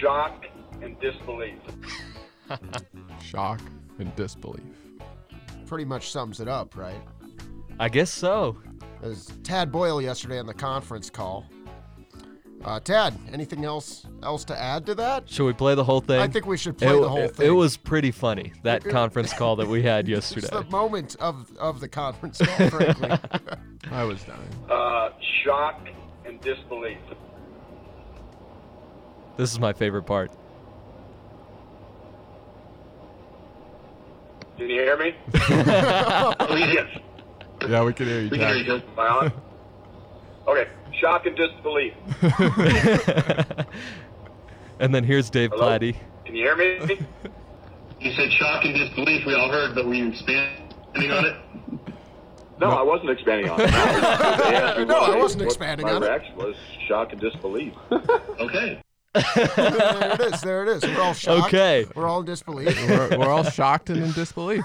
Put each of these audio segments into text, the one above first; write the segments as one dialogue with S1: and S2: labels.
S1: shock and disbelief.
S2: Shock and disbelief.
S3: Pretty much sums it up, right?
S4: I guess so.
S3: As Tad Boyle yesterday on the conference call. Uh, Tad, anything else else to add to that?
S4: Should we play the whole thing?
S3: I think we should play
S4: it,
S3: the whole
S4: it-
S3: thing.
S4: It was pretty funny that conference call that we had yesterday.
S3: It's the moment of of the conference call, frankly.
S2: I was dying.
S1: Uh, shock and disbelief.
S4: This is my favorite part.
S1: Can you hear me? yes.
S2: Yeah, we can hear you. Jack.
S1: Am I on? Okay. Shock and disbelief.
S4: And then here's Dave
S1: Hello?
S4: Platty.
S1: Can you hear me?
S5: You said shock and disbelief. We all heard, but were you expanding on it?
S1: No, I wasn't expanding on it. They asked me
S3: No,
S1: what
S3: I wasn't
S1: what
S3: expanding on it.
S1: My reaction was shock and disbelief.
S5: Okay.
S3: there it is. There it is. We're all shocked.
S4: Okay.
S3: We're all in disbelief.
S2: We're, we're all shocked and in disbelief.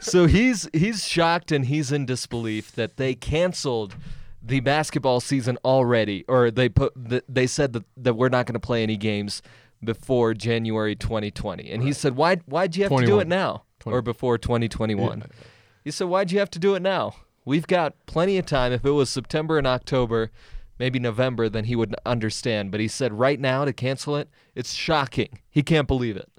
S4: So he's he's shocked and he's in disbelief that they canceled the basketball season already, or they put th- they said that, that we're not going to play any games before January 2020. And he said, "Why why'd you have to do
S2: 21.
S4: it now or before 2021?"
S2: Yeah.
S4: He said, "Why'd you have to do it now? We've got plenty of time. If it was September and October, maybe November, then he would understand." But he said, "Right now to cancel it, it's shocking. He can't believe it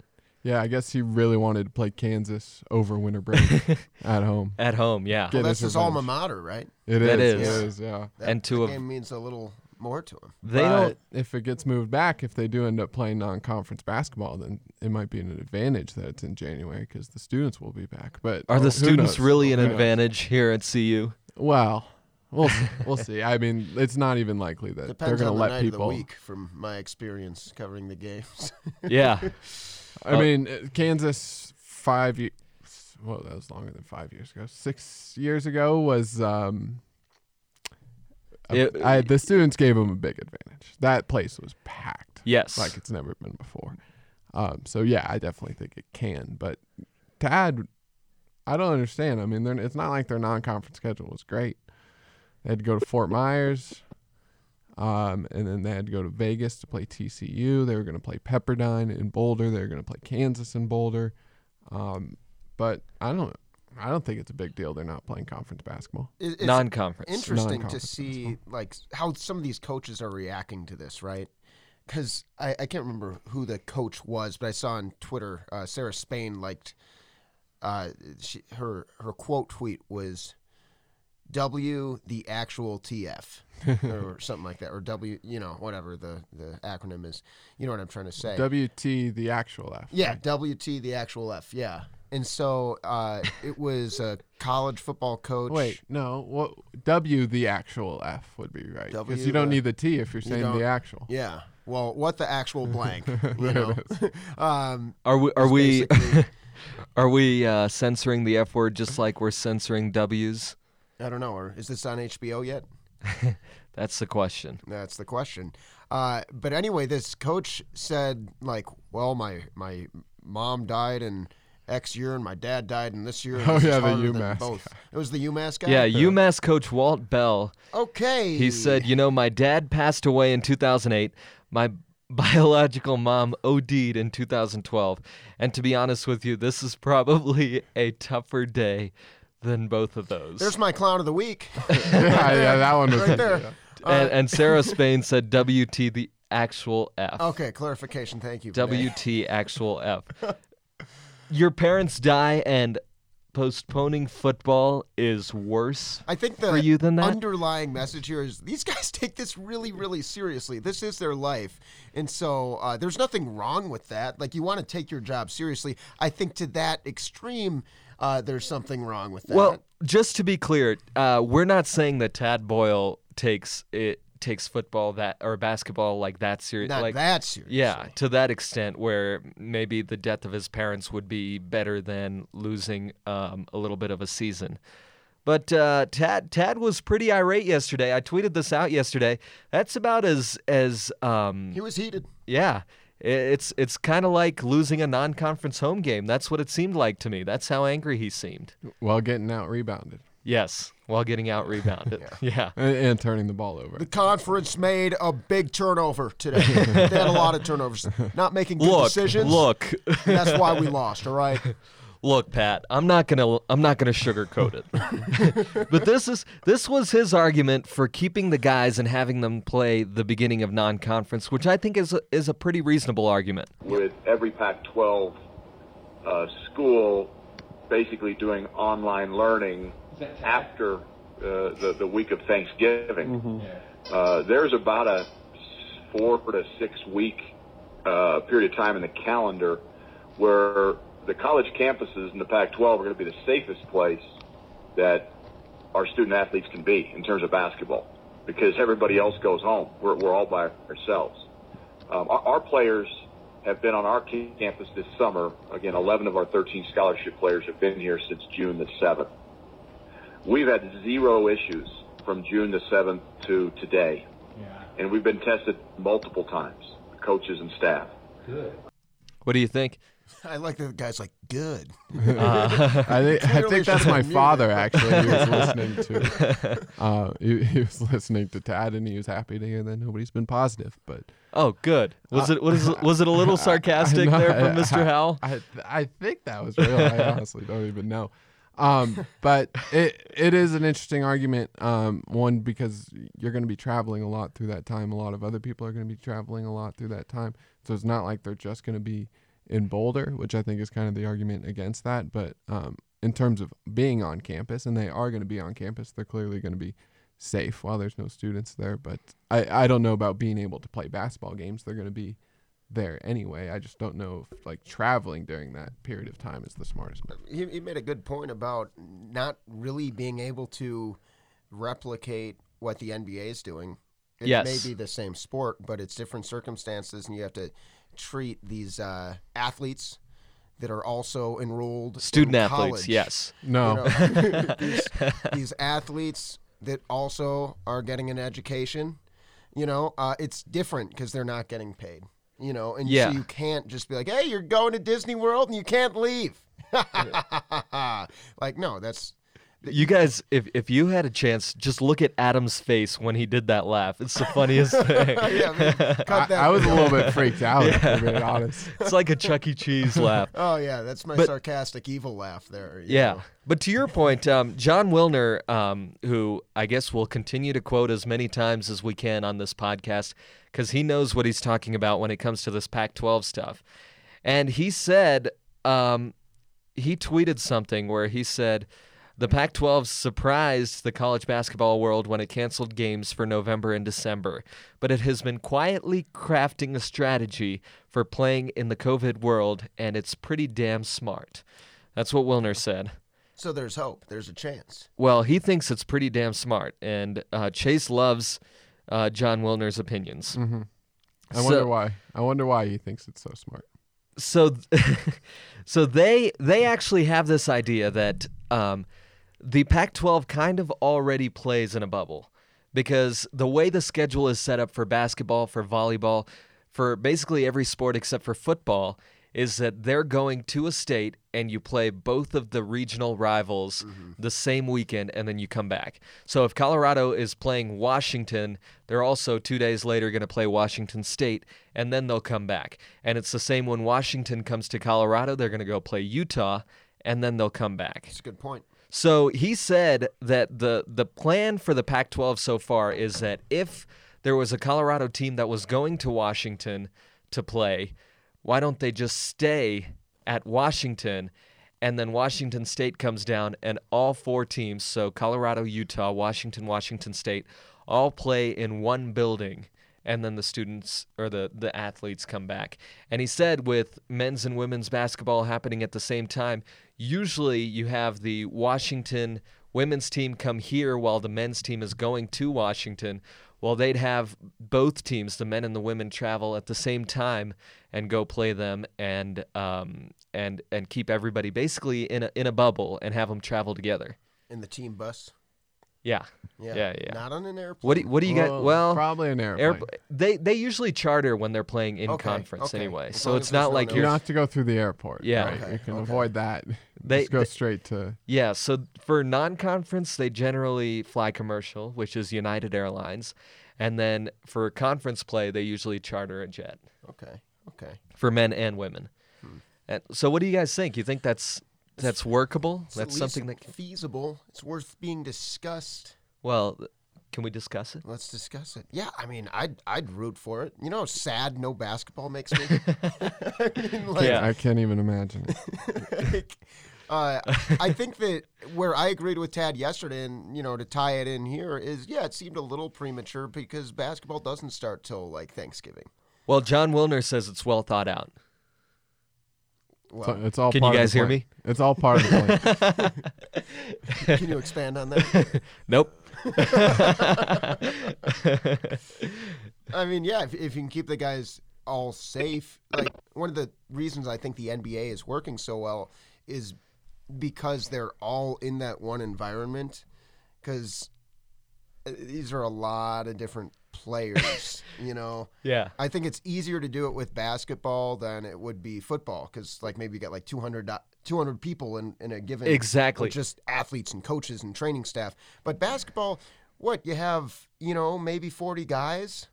S2: Yeah, I guess he really wanted to play Kansas over winter break at home.
S4: at home." Yeah.
S2: Get
S3: That's
S2: his
S3: his
S2: revenge.
S3: alma mater, right?
S2: It
S4: That
S2: is.
S4: is.
S2: It is. Yeah.
S3: That,
S4: And to
S3: that
S4: have-
S3: game means a little more to him.
S4: They
S2: But
S4: don't
S2: if it gets moved back, if they do end up playing non-conference basketball, then it might be an advantage that it's in January because the students will be back. But
S4: Are
S2: who
S4: the students
S2: knows?
S4: really an
S2: Who knows?
S4: advantage here at CU?
S2: Well, we'll see. we'll see. I mean, it's not even likely that they're
S3: Depends
S2: going to
S3: on the
S2: let
S3: night
S2: people.
S3: of the week, from my experience covering the games.
S4: Yeah.
S2: I mean, uh, Kansas five years. Whoa, that was longer than five years ago. Six years ago was. Um, a-
S4: It-
S2: I, the students gave them a big advantage. That place was packed.
S4: Yes.
S2: like it's never been before. Um, so yeah, I definitely think it can. But to add, I don't understand. I mean, they're, it's not like their non-conference schedule was great. They had to go to Fort Myers, um, and then they had to go to Vegas to play TCU. They were going to play Pepperdine in Boulder. They were going to play Kansas in Boulder. Um, but I don't, I don't think it's a big deal. They're not playing conference basketball.
S3: It- it's
S4: Non-conference.
S3: interesting to
S2: Non-conference
S3: see like how some of these coaches are reacting to this, right? Because I, I can't remember who the coach was, but I saw on Twitter uh, Sarah Spain liked uh, she, her her quote tweet was "W the actual TF" or something like that, or W you know whatever the the acronym is. You know what I'm trying to say?
S2: WT the actual F.
S3: Yeah, WT the actual F. Yeah. And so uh, it was a college football coach.
S2: Wait, no. What W the actual F would be right because
S3: W
S2: you don't
S3: the-
S2: need the T if you're saying
S3: don't-
S2: the actual.
S3: Yeah. Well, what the actual blank? You know? um,
S4: Are we are we
S3: basically-
S4: are we uh, censoring the F word just like we're censoring W's?
S3: I don't know. Or is this on HBO yet?
S4: That's the question.
S3: That's the question. Uh, but anyway, this coach said, like, well, my my mom died in X year and my dad died in this year. and
S2: Oh,
S3: this is
S2: yeah, the
S3: harder than
S2: UMass
S3: Both. It was the UMass guy.
S4: Yeah, UMass coach Walt Bell,
S3: Okay.
S4: he said, "You know, my dad passed away in 2008. My biological mom OD'd in 2012. And to be honest with you, this is probably a tougher day than both of those."
S3: There's my clown of the week.
S2: yeah, yeah, that one was
S3: Right there. Uh,
S4: and, and Sarah Spain said WT the actual F.
S3: Okay, clarification. Thank you. Renee.
S4: WT actual F. Your parents die and postponing football is worse.
S3: I think the
S4: for you than that?
S3: underlying message here is these guys take this really, really seriously. This is their life, and so uh, there's nothing wrong with that. Like you want to take your job seriously. I think to that extreme, uh, there's something wrong with that.
S4: Well, just to be clear, uh, we're not saying that Tad Boyle takes it takes football that or basketball like that serious.
S3: not
S4: Like,
S3: that serious.
S4: yeah, to that extent, where maybe the death of his parents would be better than losing um, a little bit of a season. But uh, Tad Tad was pretty irate yesterday. I tweeted this out yesterday. That's about as as um,
S3: he was heated.
S4: Yeah, I- it's it's kind of like losing a non-conference home game. That's what it seemed like to me. That's how angry he seemed.
S2: Well, getting out rebounded.
S4: Yes, while getting out rebounded. yeah.
S2: and, and turning the ball over.
S3: The conference made a big turnover today. they had a lot of turnovers, not making good
S4: Look,
S3: decisions.
S4: look,
S3: That's why we lost. All right.
S4: look, Pat. I'm not gonna, I'm not gonna sugarcoat it. but this is, this was his argument for keeping the guys and having them play the beginning of non-conference, which I think is, a, is a pretty reasonable argument.
S1: with every Pac-12 uh, school basically doing online learning after uh, the the week of Thanksgiving. Uh, there's about a four to six week uh, period of time in the calendar where the college campuses in the Pac-12 are going to be the safest place that our student athletes can be in terms of basketball because everybody else goes home. We're, we're all by ourselves. Um, our, our players have been on our campus this summer. Again, 11 of our 13 scholarship players have been here since June the 7th. We've had zero issues from June the 7th to today. And we've been tested multiple times, coaches and staff.
S4: What do you think?
S3: I like that the guy's like, good.
S2: I think, I
S3: Clearly
S2: think that's
S3: should
S2: my
S3: have muted.
S2: father. Actually, he was listening to. Uh, he, he was listening to Tad, and he was happy to hear that nobody's been positive. But
S4: Oh, good. Was it was it, was it a little sarcastic
S2: I know,
S4: there from
S2: I-
S4: Mr. Howell?
S2: I, I think that was real. I honestly don't even know. Um, but it it is an interesting argument. Um, one because you're going to be traveling a lot through that time. A lot of other people are going to be traveling a lot through that time. So it's not like they're just going to be in Boulder, which I think is kind of the argument against that. But um, in terms of being on campus, and they are going to be on campus, they're clearly going to be safe while there's no students there. But I, I don't know about being able to play basketball games. They're going to be there anyway. I just don't know if like traveling during that period of time is the smartest move.
S3: He, he made a good point about not really being able to replicate what the NBA is doing. It
S4: Yes.
S3: may be the same sport, but it's different circumstances, and you have to treat these uh, athletes that are also enrolled
S4: Student
S3: in
S4: athletes,
S3: college.
S4: yes.
S2: No,
S3: You know, these, these athletes that also are getting an education, you know, uh, it's different because they're not getting paid, you know, and
S4: Yeah.
S3: so you can't just be like, hey, you're going to Disney World and you can't leave. like, no, that's
S4: You guys, if if you had a chance, just look at Adam's face when he did that laugh. It's the funniest thing.
S3: yeah, I mean, cut
S2: I,
S3: that.
S2: I was a little bit freaked out. To be honest,
S4: It's like a Chuck E. Cheese laugh.
S3: oh, yeah, that's my
S4: But-
S3: sarcastic evil laugh there. you
S4: Yeah.
S3: know.
S4: But to your point, um, John Wilner, um, who I guess we'll continue to quote as many times as we can on this podcast, because he knows what he's talking about when it comes to this Pac 12 stuff. And he said, um, he tweeted something where he said, the Pac 12 surprised the college basketball world when it canceled games for November and December, but it has been quietly crafting a strategy for playing in the COVID world, and it's pretty damn smart. That's what Wilner said.
S3: So there's hope, there's a chance.
S4: Well, he thinks it's pretty damn smart, and uh, Chase loves uh, John Wilner's opinions.
S2: I wonder
S4: So-
S2: why. I wonder why he thinks it's so smart.
S4: So, so they they actually have this idea that um, the Pac-12 kind of already plays in a bubble because the way the schedule is set up for basketball, for volleyball, for basically every sport except for football, is that they're going to a state and you play both of the regional rivals the same weekend and then you come back. So if Colorado is playing Washington, they're also 2 days later going to play Washington State and then they'll come back. And it's the same when Washington comes to Colorado, they're going to go play Utah and then they'll come back.
S3: It's a good point.
S4: So he said that the the plan for the Pac-12 so far is that if there was a Colorado team that was going to Washington to play, why don't they just stay at Washington and then Washington State comes down and all four teams, so Colorado, Utah, Washington, Washington State, all play in one building and then the students or the, the athletes come back. And he said with men's and women's basketball happening at the same time, usually you have the Washington women's team come here while the men's team is going to Washington. Well, they'd have both teams, the men and the women, travel at the same time and go play them, and um, and and keep everybody basically in a in a bubble and have them travel together.
S3: In the team bus.
S4: Yeah. Yeah. Yeah.
S3: Not on an airplane.
S4: What do, what do you got?
S2: Well,
S4: Well,
S2: probably an airplane.
S4: airpl- they they usually charter when they're playing in
S3: Okay,
S4: conference
S3: okay.
S4: anyway,
S3: As
S4: so
S3: long
S4: it's
S3: as there's
S4: not
S3: no
S4: like
S3: noise.
S2: you
S4: you're
S2: don't have to go through the airport.
S4: Yeah.
S2: right?
S3: Okay,
S2: you can
S3: okay.
S2: avoid that.
S4: They-
S2: Just go
S4: they-
S2: straight to.
S4: Yeah, so for non-conference, they generally fly commercial, which is United Airlines, and then for conference play, they usually charter a jet
S3: Okay. Okay.
S4: for men and women.
S3: Hmm.
S4: And so, what do you guys think? You think that's that's workable?
S3: It's at
S4: That's something that
S3: least
S4: can,
S3: feasible. It's worth being discussed.
S4: well, can we discuss it?
S3: Let's discuss it. Yeah, I mean, I'd I'd root for it. You know how sad no basketball makes me. I mean, like,
S4: Yeah.
S2: I can't even imagine it.
S3: like, uh, I think that where I agreed with Tad yesterday, and you know, to tie it in here is, yeah, it seemed a little premature because basketball doesn't start till like Thanksgiving.
S4: Well, John Wilner says it's well thought out.
S2: So
S3: Well,
S2: it's all.
S4: Can you
S2: part of the
S4: guys hear
S2: plan.
S4: me?
S2: It's all part of the plan.
S3: can you expand on that?
S4: Nope.
S3: I mean, yeah, if, if you can keep the guys all safe, like one of the reasons I think the NBA is working so well is because they're all in that one environment. Because these are a lot of different players, you know.
S4: yeah.
S3: I think it's easier to do it with basketball than it would be football because, like, maybe you got like 200, do- 200 people in, in a given
S4: Exactly.
S3: with just athletes and coaches and training staff. But basketball, what you have, you know, maybe forty guys,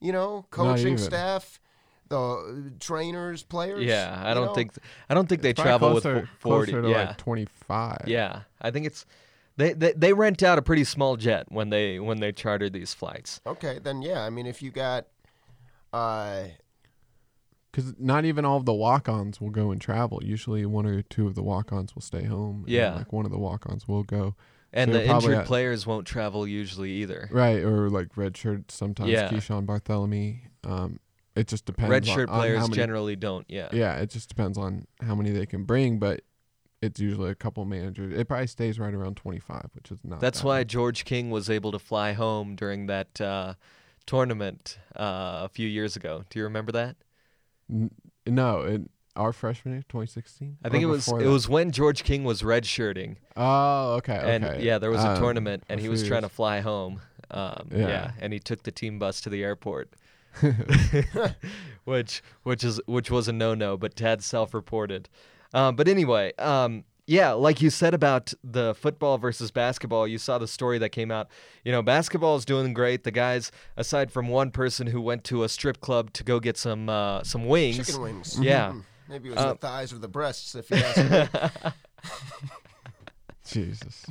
S3: you know, coaching
S2: even.
S3: staff, the uh, trainers, players.
S4: Yeah, I
S3: you
S4: don't
S3: know?
S4: think I don't think they
S2: Probably
S4: travel
S2: closer,
S4: with fo- forty.
S2: Closer to
S4: yeah.
S2: like twenty-five.
S4: Yeah, I think it's they, they they rent out a pretty small jet when they when they charter these flights.
S3: Okay, then yeah, I mean, if you got, uh,
S2: Because not even all of the walk-ons will go and travel. Usually, one or two of the walk-ons will stay home. and,
S4: Yeah.
S2: like one of the walk-ons will go.
S4: And
S2: So
S4: the
S2: you're probably
S4: injured
S2: at-
S4: players won't travel usually either.
S2: Right, or like redshirt sometimes.
S4: Yeah.
S2: Keyshawn Bartholomew. Um, it just depends. on-
S4: Redshirt
S2: on, how
S4: players
S2: many-
S4: generally don't. Yeah.
S2: Yeah, it just depends on how many they can bring, but it's usually a couple managers. It probably stays right around twenty-five, which is not.
S4: That's
S2: that
S4: why
S2: much.
S4: George King was able to fly home during that uh, tournament uh, a few years ago. Do you remember that?
S2: No, it, our freshman year, twenty sixteen.
S4: I think it was it was when George King was redshirting,
S2: Oh, okay, okay.
S4: and yeah, there was a
S2: Um,
S4: tournament, and
S2: a
S4: he
S2: few
S4: was trying to
S2: years.
S4: fly home. Um, yeah.
S2: Yeah.
S4: and he took the team bus to the airport, which which is which was a no no, but Tad self reported. Um, but anyway, um, yeah, like you said about the football versus basketball, you saw the story that came out. You know, basketball is doing great. The guys, aside from one person who went to a strip club to go get some uh, some wings,
S3: chicken wings.
S4: Yeah.
S3: Mhm. Maybe it
S2: Uh,
S3: was the thighs or the breasts, if you ask me.
S2: Jesus.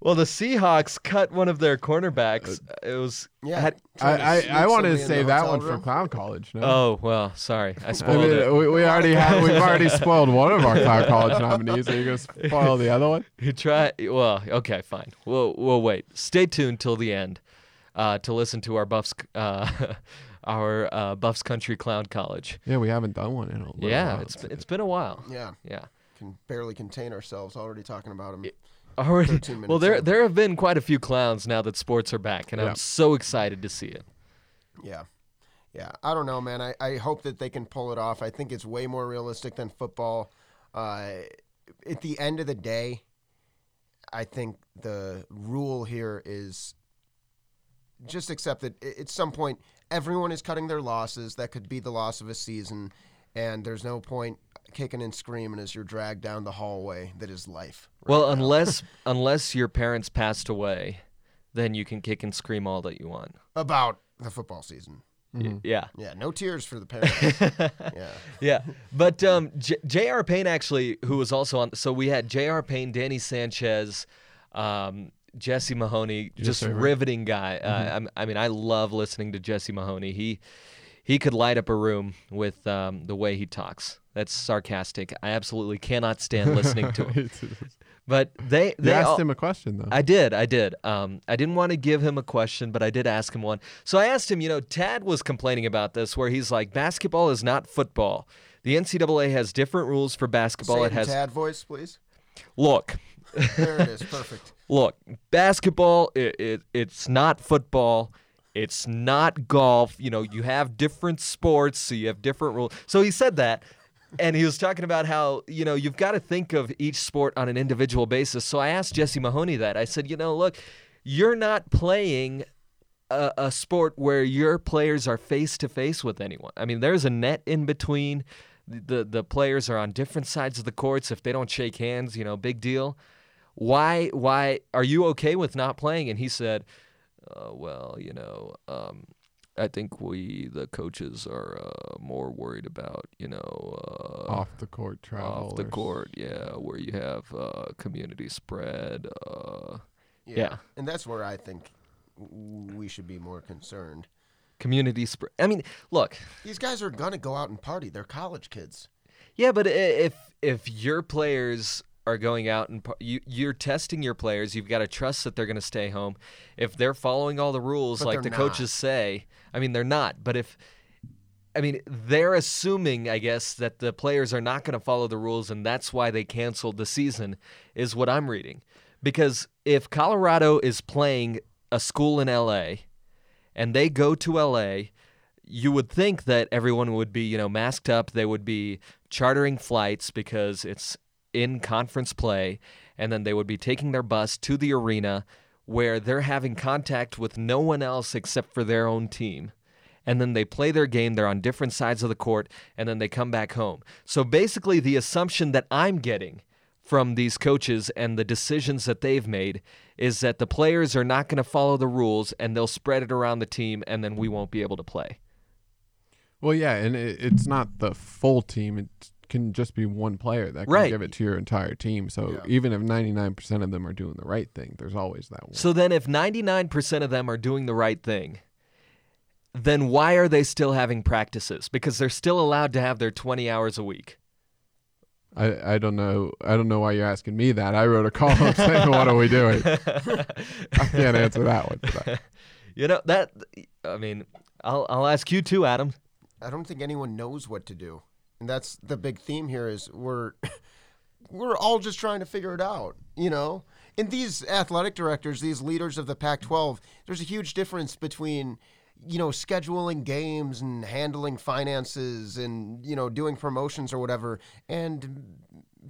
S4: Well, the Seahawks cut one of their cornerbacks. It was
S3: Uh, Yeah.
S4: had-
S2: I,
S3: trying to
S2: I,
S3: sneak
S2: I wanted to
S3: somebody in the
S2: say that
S3: hotel
S2: one for
S3: room.
S2: Clown College. No.
S4: oh well, sorry, I
S2: I
S4: spoiled it.
S2: mean, uh, we, we already had we've already spoiled one of our Clown College nominees. Are you gonna spoil the other one?
S4: You try. Well, okay, fine. We'll we'll wait. Stay tuned till the end uh, to listen to our Buffs uh, our uh, Buffs Country Clown College.
S2: Yeah, we haven't done one in a little
S4: Yeah,
S2: while.
S4: it's been, it's been a while.
S3: Yeah.
S4: Yeah.
S3: Can barely contain ourselves already talking about him.
S4: Already,
S3: 13
S4: well,
S3: minutes
S4: there
S3: in.
S4: there have been quite a few clowns now that sports are back, and
S2: Yeah.
S4: I'm so excited to see it.
S3: Yeah. Yeah. I don't know, man. I, I hope that they can pull it off. I think it's way more realistic than football. Uh, at the end of the day, I think the rule here is just accept that i- at some point everyone is cutting their losses. That could be the loss of a season, and there's no point kicking and screaming as you're dragged down the hallway that is life.
S4: Well, unless unless your parents passed away, then you can kick and scream all that you want.
S3: About the football season.
S4: Y- Yeah.
S3: Yeah, no tears for the parents. yeah.
S4: yeah. But um, J- J.R. Payne actually, who was also on, so we had J.R. Payne, Danny Sanchez, um, Jesse Mahoney, just riveting guy.
S2: Mm-hmm.
S4: Uh, I'm- I mean, I love listening to Jesse Mahoney. He he could light up a room with um, the way he talks. That's sarcastic. I absolutely cannot stand listening to him. But they
S2: you
S4: they
S2: asked
S4: all-
S2: him a question though.
S4: I did, I did. Um, I didn't want to give him a question, but I did ask him one. So I asked him, you know, Tad was complaining about this, where he's like, basketball is not football. The NCAA has different rules for basketball.
S3: Say
S4: it
S3: in
S4: has
S3: Tad voice, please.
S4: look,
S3: There it is. Perfect.
S4: look, basketball. It, it it's not football. It's not golf. You know, you have different sports, so you have different rules. So he said that. and he was talking about how you know you've got to think of each sport on an individual basis. So I asked Jesse Mahoney that. I said, you know, look, you're not playing a, a sport where your players are face to face with anyone. I mean, there's a net in between. The, the players are on different sides of the courts. If they don't shake hands, you know, big deal. Why why are you okay with not playing? And he said, uh, well, you know, um, I think we the coaches are uh, more worried about you know uh,
S2: off the court travel.
S4: off the court, yeah, where you have uh, community spread. Uh, yeah.
S3: And that's where I think w- we should be more concerned.
S4: community spread. I mean, look,
S3: These guys are gonna go out and party. They're college kids.
S4: yeah, but i- if if your players are going out and par- you you're testing your players, you've got to trust that they're going to stay home. If they're following all the rules
S3: But
S4: like
S3: they're
S4: the
S3: not.
S4: coaches say, I mean, they're not. But if I mean, they're assuming, I guess, that the players are not going to follow the rules, and that's why they canceled the season, is what I'm reading. Because if Colorado is playing a school in LA and they go to LA, you would think that everyone would be, you know, masked up. They would be chartering flights because it's in conference play, and then they would be taking their bus to the arena where they're having contact with no one else except for their own team and then they play their game. They're on different sides of the court, and then they come back home. So basically, the assumption that I'm getting from these coaches and the decisions that they've made is that the players are not going to follow the rules and they'll spread it around the team, and then we won't be able to play.
S2: Well, yeah, and it, it's not the full team. It can just be one player that can
S4: Right.
S2: give it to your entire team. So even if 99% of them are doing the right thing, there's always that one.
S4: So then, if 99% of them are doing the right thing, then why are they still having practices? Because they're still allowed to have their 20 hours a week.
S2: I, I don't know. I don't know why you're asking me that. I wrote a column saying, "What are we doing?" I can't answer that one. but-
S4: You know, that, I mean, I'll, I'll ask you too, Adam.
S3: I don't think anyone knows what to do. And that's the big theme here is we're we're all just trying to figure it out, you know? And these athletic directors, these leaders of the Pac-12, there's a huge difference between you know, scheduling games and handling finances and you know, doing promotions or whatever and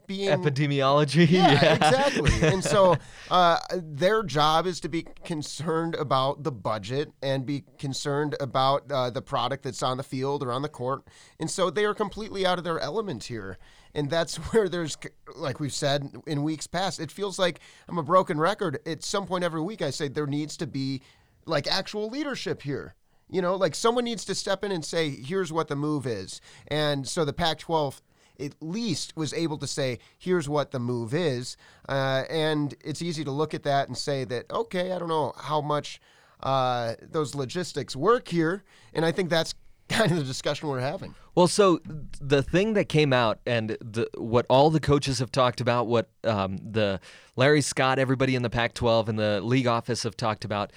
S3: being
S4: Epidemiology.
S3: Mm. yeah, exactly. and so uh, their job is to be concerned about the budget and be concerned about uh, the product that's on the field or on the court. And so they are completely out of their element here. And that's where there's, like we've said in weeks past, it feels like I'm a broken record. At some point every week, I say there needs to be like actual leadership here. You know, like someone needs to step in and say, here's what the move is. And so the Pac 12 at least was able to say, here's what the move is. Uh, and it's easy to look at that and say that, okay, I don't know how much uh, those logistics work here. And I think that's kind of the discussion we're having.
S4: Well, so the thing that came out and the, what all the coaches have talked about, what um, the Larry Scott, everybody in the Pac-12 and the league office have talked about,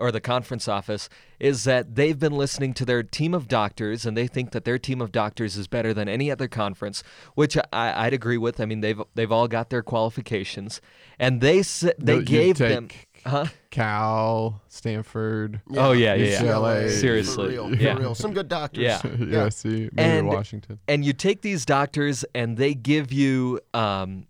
S4: or the conference office, is that they've been listening to their team of doctors and they think that their team of doctors is better than any other conference, which I, I'd agree with. I mean, they've they've all got their qualifications, and they s- they
S2: You'd
S4: gave
S2: take
S4: them. Huh?
S2: Cal, Stanford,
S4: Oh yeah, yeah,
S2: UCLA.
S4: yeah. Seriously,
S3: For real,
S4: yeah.
S3: for real. Some good doctors.
S4: Yeah.
S2: USC, maybe
S4: And-
S2: Washington.
S4: and you take these doctors and they give you um,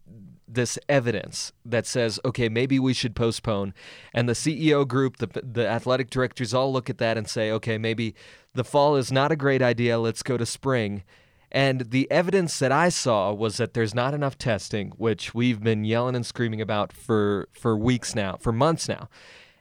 S4: this evidence that says, okay, maybe we should postpone. And the CEO group, the, the athletic directors all look at that and say, okay, maybe the fall is not a great idea. Let's go to spring. And the evidence that I saw was that there's not enough testing, which we've been yelling and screaming about for, for weeks now, for months now.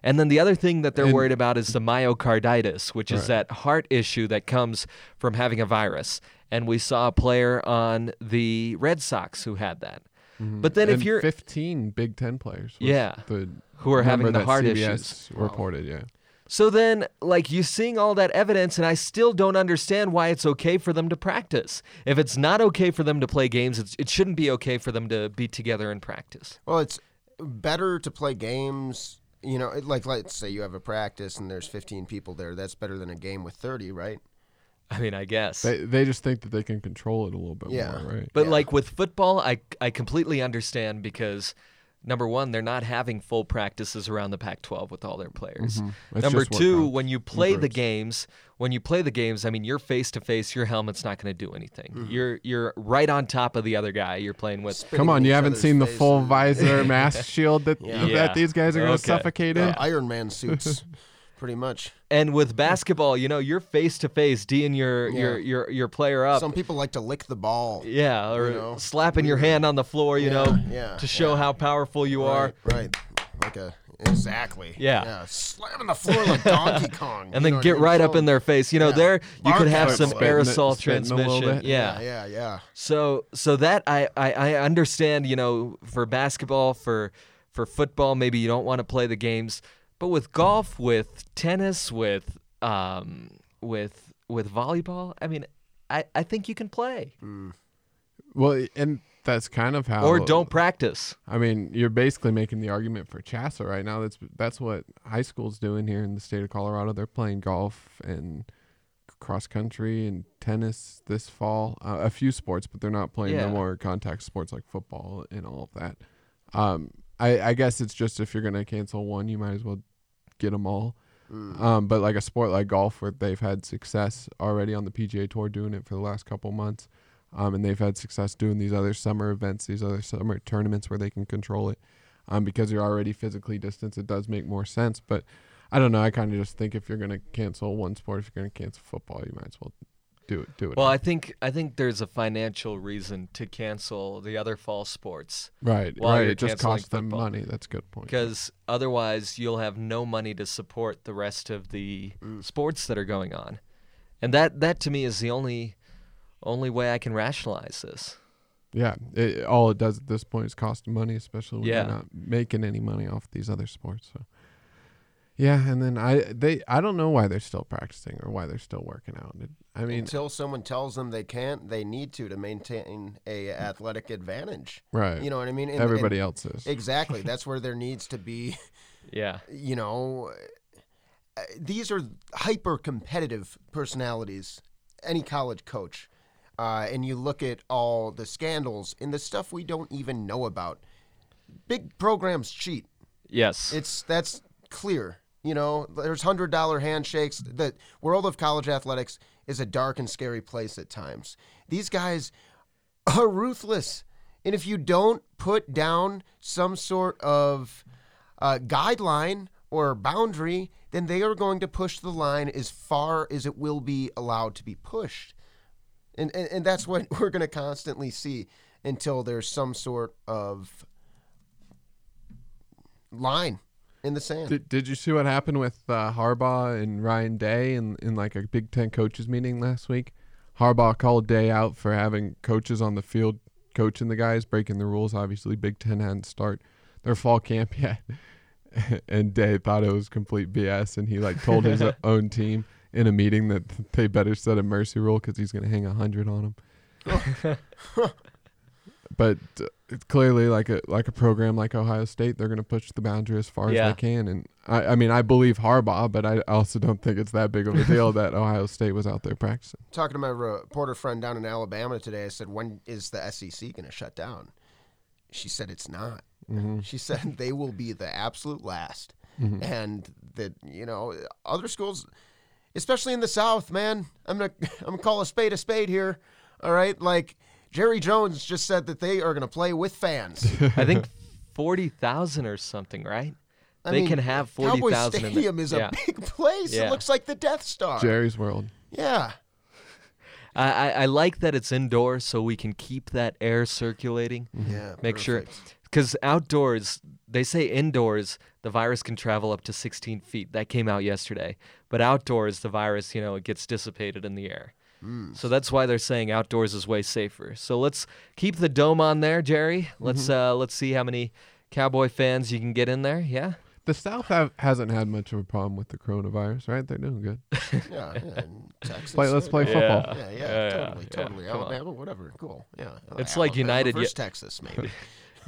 S4: And then the other thing that they're worried about is the myocarditis, which is that heart issue that comes from having a virus. And we saw a player on the Red Sox who had that. But then
S2: And
S4: if you're
S2: 15 Big Ten players, was
S4: Yeah.
S2: the
S4: Who are having
S2: number
S4: the
S2: that
S4: heart
S2: CBS
S4: issues.
S2: reported, yeah.
S4: so then like you seeing all that evidence and I still don't understand why it's okay for them to practice. If it's not okay for them to play games, it's, it shouldn't be okay for them to be together and practice.
S3: Well, it's better to play games. You know, it- like let's say you have a practice and there's 15 people there. That's better than a game with 30, right?
S4: I mean, I guess.
S2: They they just think that they can control it a little bit
S3: Yeah.
S2: more, right?
S4: But like with football, I I completely understand because number one, they're not having full practices around the Pac-12 with all their players.
S3: Mm-hmm.
S2: It's
S4: Number
S2: just work
S4: two,
S2: on-
S4: when you play the games, when you play the games, I mean, you're face to face. Your helmet's not going to do anything.
S3: Mm-hmm.
S4: You're you're right on top of the other guy you're playing with.
S2: Come on,
S3: Each
S2: you haven't
S3: other's
S2: seen the
S3: face
S2: full
S3: and-
S2: visor mask shield that
S4: Yeah.
S2: that these guys are going to
S4: Okay.
S2: suffocate in.
S3: Uh, Iron Man suits, pretty much.
S4: And with basketball, you know, you're face to face, D'ing your your your your player up.
S3: Some people like to lick the ball.
S4: yeah, or
S3: you know,
S4: slapping your hand on the floor, you know,
S3: yeah,
S4: to show how powerful you are.
S3: Right, right. Like a exactly.
S4: Yeah.
S3: Slamming the floor like Donkey Kong.
S4: and then get right up in their face. You know, there you
S3: Bark
S4: could have
S3: at
S4: some
S3: them.
S4: aerosol
S2: Spitting it- spitting a little
S4: transmission.
S2: bit.
S4: Yeah.
S3: Yeah, yeah, yeah.
S4: So so that I, I I understand. You know, for basketball, for for football, maybe you don't want to play the games, but with golf, with tennis, with um with with volleyball, I mean, I I think you can play
S2: Mm. Well, and that's kind of how.
S4: or don't practice.
S2: I mean, you're basically making the argument for Chassa right now. That's that's what high school's doing here in the state of Colorado. They're playing golf and cross country and tennis this fall. Uh, a few sports, but they're not playing
S4: Yeah.
S2: no more contact sports like football and all of that. Um, I, I guess it's just if you're gonna cancel one, you might as well get them all. Um, but like a sport like golf, where they've had success already on the PGA Tour doing it for the last couple months, um, and they've had success doing these other summer events, these other summer tournaments where they can control it, um, because you're already physically distanced. It does make more sense, but I don't know. I kind of just think if you're gonna cancel one sport, if you're gonna cancel football, you might as well do it. Do it.
S4: Well,
S2: all.
S4: I think I think there's a financial reason to cancel the other fall sports.
S2: right,
S4: while
S2: right.
S4: you're
S2: It just
S4: canceling
S2: costs them
S4: football.
S2: money. That's a good point.
S4: because otherwise you'll have no money to support the rest of the
S3: Mm.
S4: sports that are going on and that that to me is the only only way i can rationalize this
S2: Yeah, it, all it does at this point is cost money, especially when
S4: Yeah.
S2: you're not making any money off these other sports. So, yeah, and then I they I don't know why they're still practicing or why they're still working out. It- I mean,
S3: Until someone tells them they can't, they need to to maintain a athletic advantage.
S2: Right.
S3: You know what I mean? And-
S2: everybody
S3: and-
S2: else is.
S3: Exactly. That's where there needs to be
S4: yeah
S3: you know, uh, these are hyper competitive personalities, any college coach. Uh, and you look at all the scandals and the stuff we don't even know about. Big programs cheat.
S4: yes
S3: It's that's clear. You know, there's hundred dollar handshakes. The world of college athletics is a dark and scary place at times. These guys are ruthless, and if you don't put down some sort of uh, guideline or boundary, then they are going to push the line as far as it will be allowed to be pushed. And, and, and that's what we're going to constantly see until there's some sort of line in the sand.
S2: Did, did you see what happened with uh, Harbaugh and Ryan Day in, in like a Big Ten coaches meeting last week? Harbaugh called Day out for having coaches on the field coaching the guys, breaking the rules. Obviously, Big Ten hadn't start their fall camp yet, and Day thought it was complete BS, and he like told his own team in a meeting that they better set a mercy rule because he's going to hang a hundred on them but uh, it's clearly like a like a program like Ohio State, they're going to push the boundary as far
S4: Yeah.
S2: as they can. And I, I mean, I believe Harbaugh, but I also don't think it's that big of a deal that Ohio State was out there practicing.
S3: talking to my reporter friend down in Alabama today. I said, "When is the SEC going to shut down?" She said, "It's not." She said they will be the absolute last, and that you know other schools, especially in the South, man. I'm gonna I'm gonna call a spade a spade here. All right, like Jerry Jones just said that they are gonna play with fans.
S4: i think 40000 or something right
S3: I
S4: they
S3: mean,
S4: can have
S3: Cowboy
S4: 40000 in
S3: Stadium
S4: there.
S3: is
S4: yeah.
S3: a big place.
S4: Yeah.
S3: It looks like the Death Star.
S2: Jerry's World.
S3: Yeah.
S4: I, I, I like that it's indoors so we can keep that air circulating
S3: Yeah.
S4: make sure because outdoors they say indoors the virus can travel up to 16 feet that came out yesterday but outdoors the virus you know it gets dissipated in the air so that's why they're saying outdoors is way safer so let's keep the dome on there jerry let's uh let's see how many cowboy fans you can get in there yeah
S2: The South have, hasn't had much of a problem with the coronavirus, right? They're doing good.
S3: Yeah, yeah, in Texas,
S2: Play, let's
S3: uh,
S2: play football.
S3: Yeah, yeah,
S4: Yeah,
S3: totally,
S4: yeah,
S3: totally.
S4: come on.
S3: Alabama, whatever. Cool. Yeah.
S4: It's like
S3: Alabama
S4: United
S3: versus
S4: yet-
S3: Texas, maybe.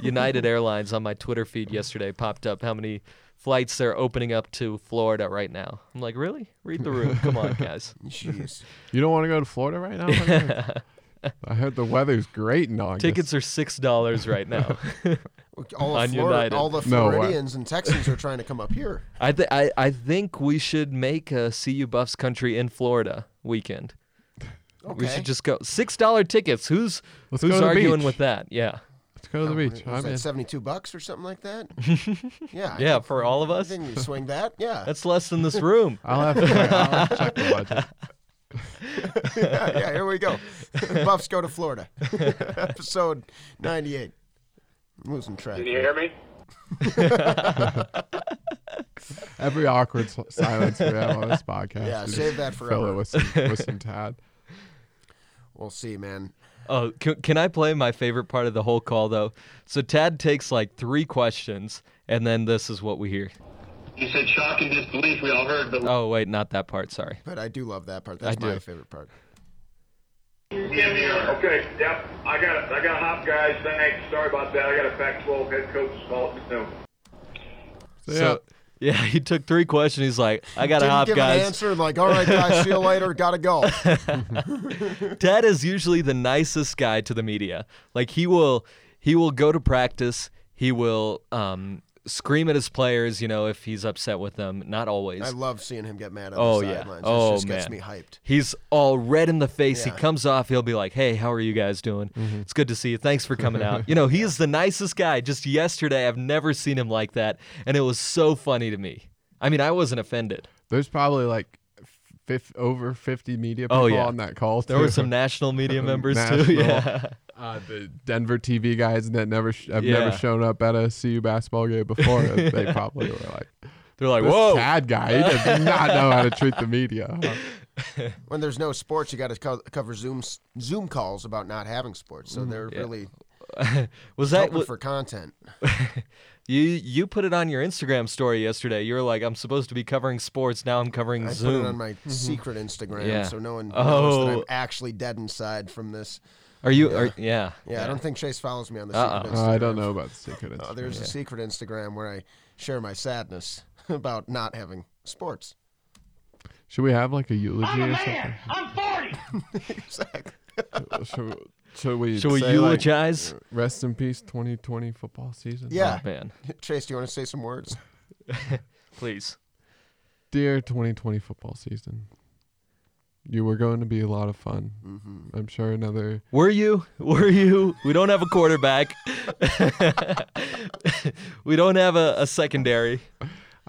S4: united airlines on my twitter feed yesterday popped up how many flights they're opening up to florida right now i'm like really read the room come on guys
S3: Jeez.
S2: You don't want to go to Florida right now? I heard the weather's great in August.
S4: tickets are six dollars right now
S3: all the,
S4: On
S3: Flor-
S4: United.
S3: all the
S2: No way.
S3: Floridians and Texans are trying to come up here.
S4: I, th- I I think we should make a CU Buffs Country in Florida weekend. We
S3: Okay.
S4: should just go six dollar tickets. Who's
S2: Let's
S4: who's
S2: go to the
S4: arguing
S2: beach.
S4: with that? Yeah,
S2: Let's go to the beach.
S3: Was
S2: I'm
S3: that
S2: in.
S3: seventy-two bucks or something like that? yeah. I
S4: yeah, for all of us.
S3: Then you swing that. Yeah.
S4: That's less than this room.
S2: I'll have to check, I'll have to check the budget.
S3: yeah, here we go. Buffs go to Florida. Episode 98. I'm losing track.
S5: Can you hear me?
S2: Every awkward s- silence we have on this podcast.
S3: Yeah,
S2: we
S3: save that
S2: just
S3: forever.
S2: Fill it with some, with some Tad.
S3: We'll see, man.
S4: Oh, can, can I play my favorite part of the whole call though? So Tad takes like three questions, and then this is what we hear.
S5: You said shock and disbelief. We all heard, but
S4: Oh wait, not that part. Sorry.
S3: But I do love that part. That's
S4: I
S3: my
S4: do.
S3: favorite part.
S5: Okay, yep. I got it. I got to hop, guys. Thanks. Sorry about that. I got a Pac-12 head coach's fault. No.
S2: So,
S4: So yeah, he took three questions. He's like, I gotta
S3: Didn't
S4: hop,
S3: give an
S4: guys.
S3: answer and like, all right, guys, see you later. Gotta go.
S4: Ted is usually the nicest guy to the media. Like he will he will go to practice. He will um, scream at his players. You know if he's upset with them. Not always.
S3: I love seeing him get mad on
S4: oh
S3: the
S4: yeah.
S3: sidelines.
S4: Oh
S3: it just
S4: man.
S3: gets me hyped.
S4: He's all red in the face.
S3: Yeah. Mm-hmm.
S4: He comes off. He'll be like, "Hey, how are you guys doing? It's good to see you. Thanks for coming out." You know, he is the nicest guy. Just yesterday, I've never seen him like that, and it was so funny to me. I mean, I wasn't offended.
S2: there's probably like fif- over 50 media people
S4: Oh, yeah.
S2: on that call.
S4: There were
S2: too.
S4: some national media members too.
S2: National.
S4: Yeah.
S2: uh, the Denver TV guys that never sh- have
S4: Yeah.
S2: never shown up at a CU basketball game before. they probably were like,
S4: They're like,
S2: "This
S4: "Whoa."
S2: Tad guy, he does not know how to treat the media." huh?"
S3: When there's no sports, you got to co- cover Zoom Zoom calls about not having sports. So they're really
S4: was Mm, that
S3: hoping
S4: wa-
S3: for content.
S4: you you put it on your Instagram story yesterday. You were like, "I'm supposed to be covering sports, now I'm covering
S3: I put
S4: Zoom." Mm-hmm.
S3: it on my secret Instagram,
S4: Yeah.
S3: so no one knows that
S4: Oh.
S3: I'm actually dead inside from this.
S4: are you are yeah.
S3: Yeah, I don't think Chase follows me on the
S4: Uh-uh.
S3: secret Instagram.
S2: Uh, I don't know about the secret.
S3: Uh,
S2: Instagram.
S3: there's a secret Instagram where I share my sadness about not having sports.
S4: Oh,
S2: Should we have like a eulogy
S5: I'm a
S2: or
S5: man.
S2: something?
S5: I'm 40.
S3: Exactly.
S2: Should, we- should we?
S4: Should we
S2: say, like,
S4: eulogize?
S3: uh,
S2: rest in peace, 2020 football season.
S4: Oh,
S3: Yeah.
S4: man,
S3: Chase, do you want to say some words?
S4: please.
S2: Dear 2020 football season, you were going to be a lot of fun.
S3: Mm-hmm.
S2: I'm sure another.
S4: Were you? Were you? We don't have a quarterback. we don't have a, a secondary.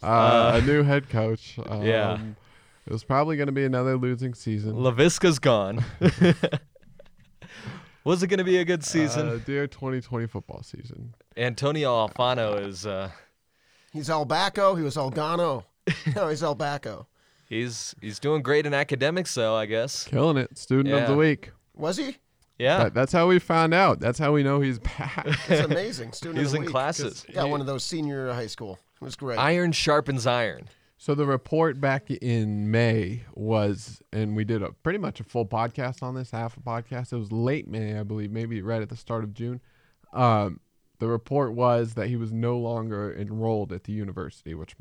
S2: Uh, a new head coach. Um,
S4: Yeah.
S2: It was probably going to be another losing season.
S4: LaVisca's gone. Was it going to be a good season?
S2: Uh, dear 2020 football season.
S4: Antonio Alfano is uh,
S3: He's El Baco. He was El Gano. No, he's El Baco.
S4: he's he's doing great in academics though, I guess.
S2: Killing it. Student of the
S4: Yeah.
S2: week.
S3: Was he?
S4: Yeah.
S2: That, that's how we found out. That's how we know he's back.
S3: It's amazing. Student of
S4: He's
S3: the
S4: in
S3: week.
S4: classes.
S3: Got one of those senior high school. It was great.
S4: Iron sharpens iron.
S2: so the report back in May was, and we did a pretty much a full podcast on this, half a podcast. It was late May, I believe, maybe right at the start of June. Um, the report was that he was no longer enrolled at the university, which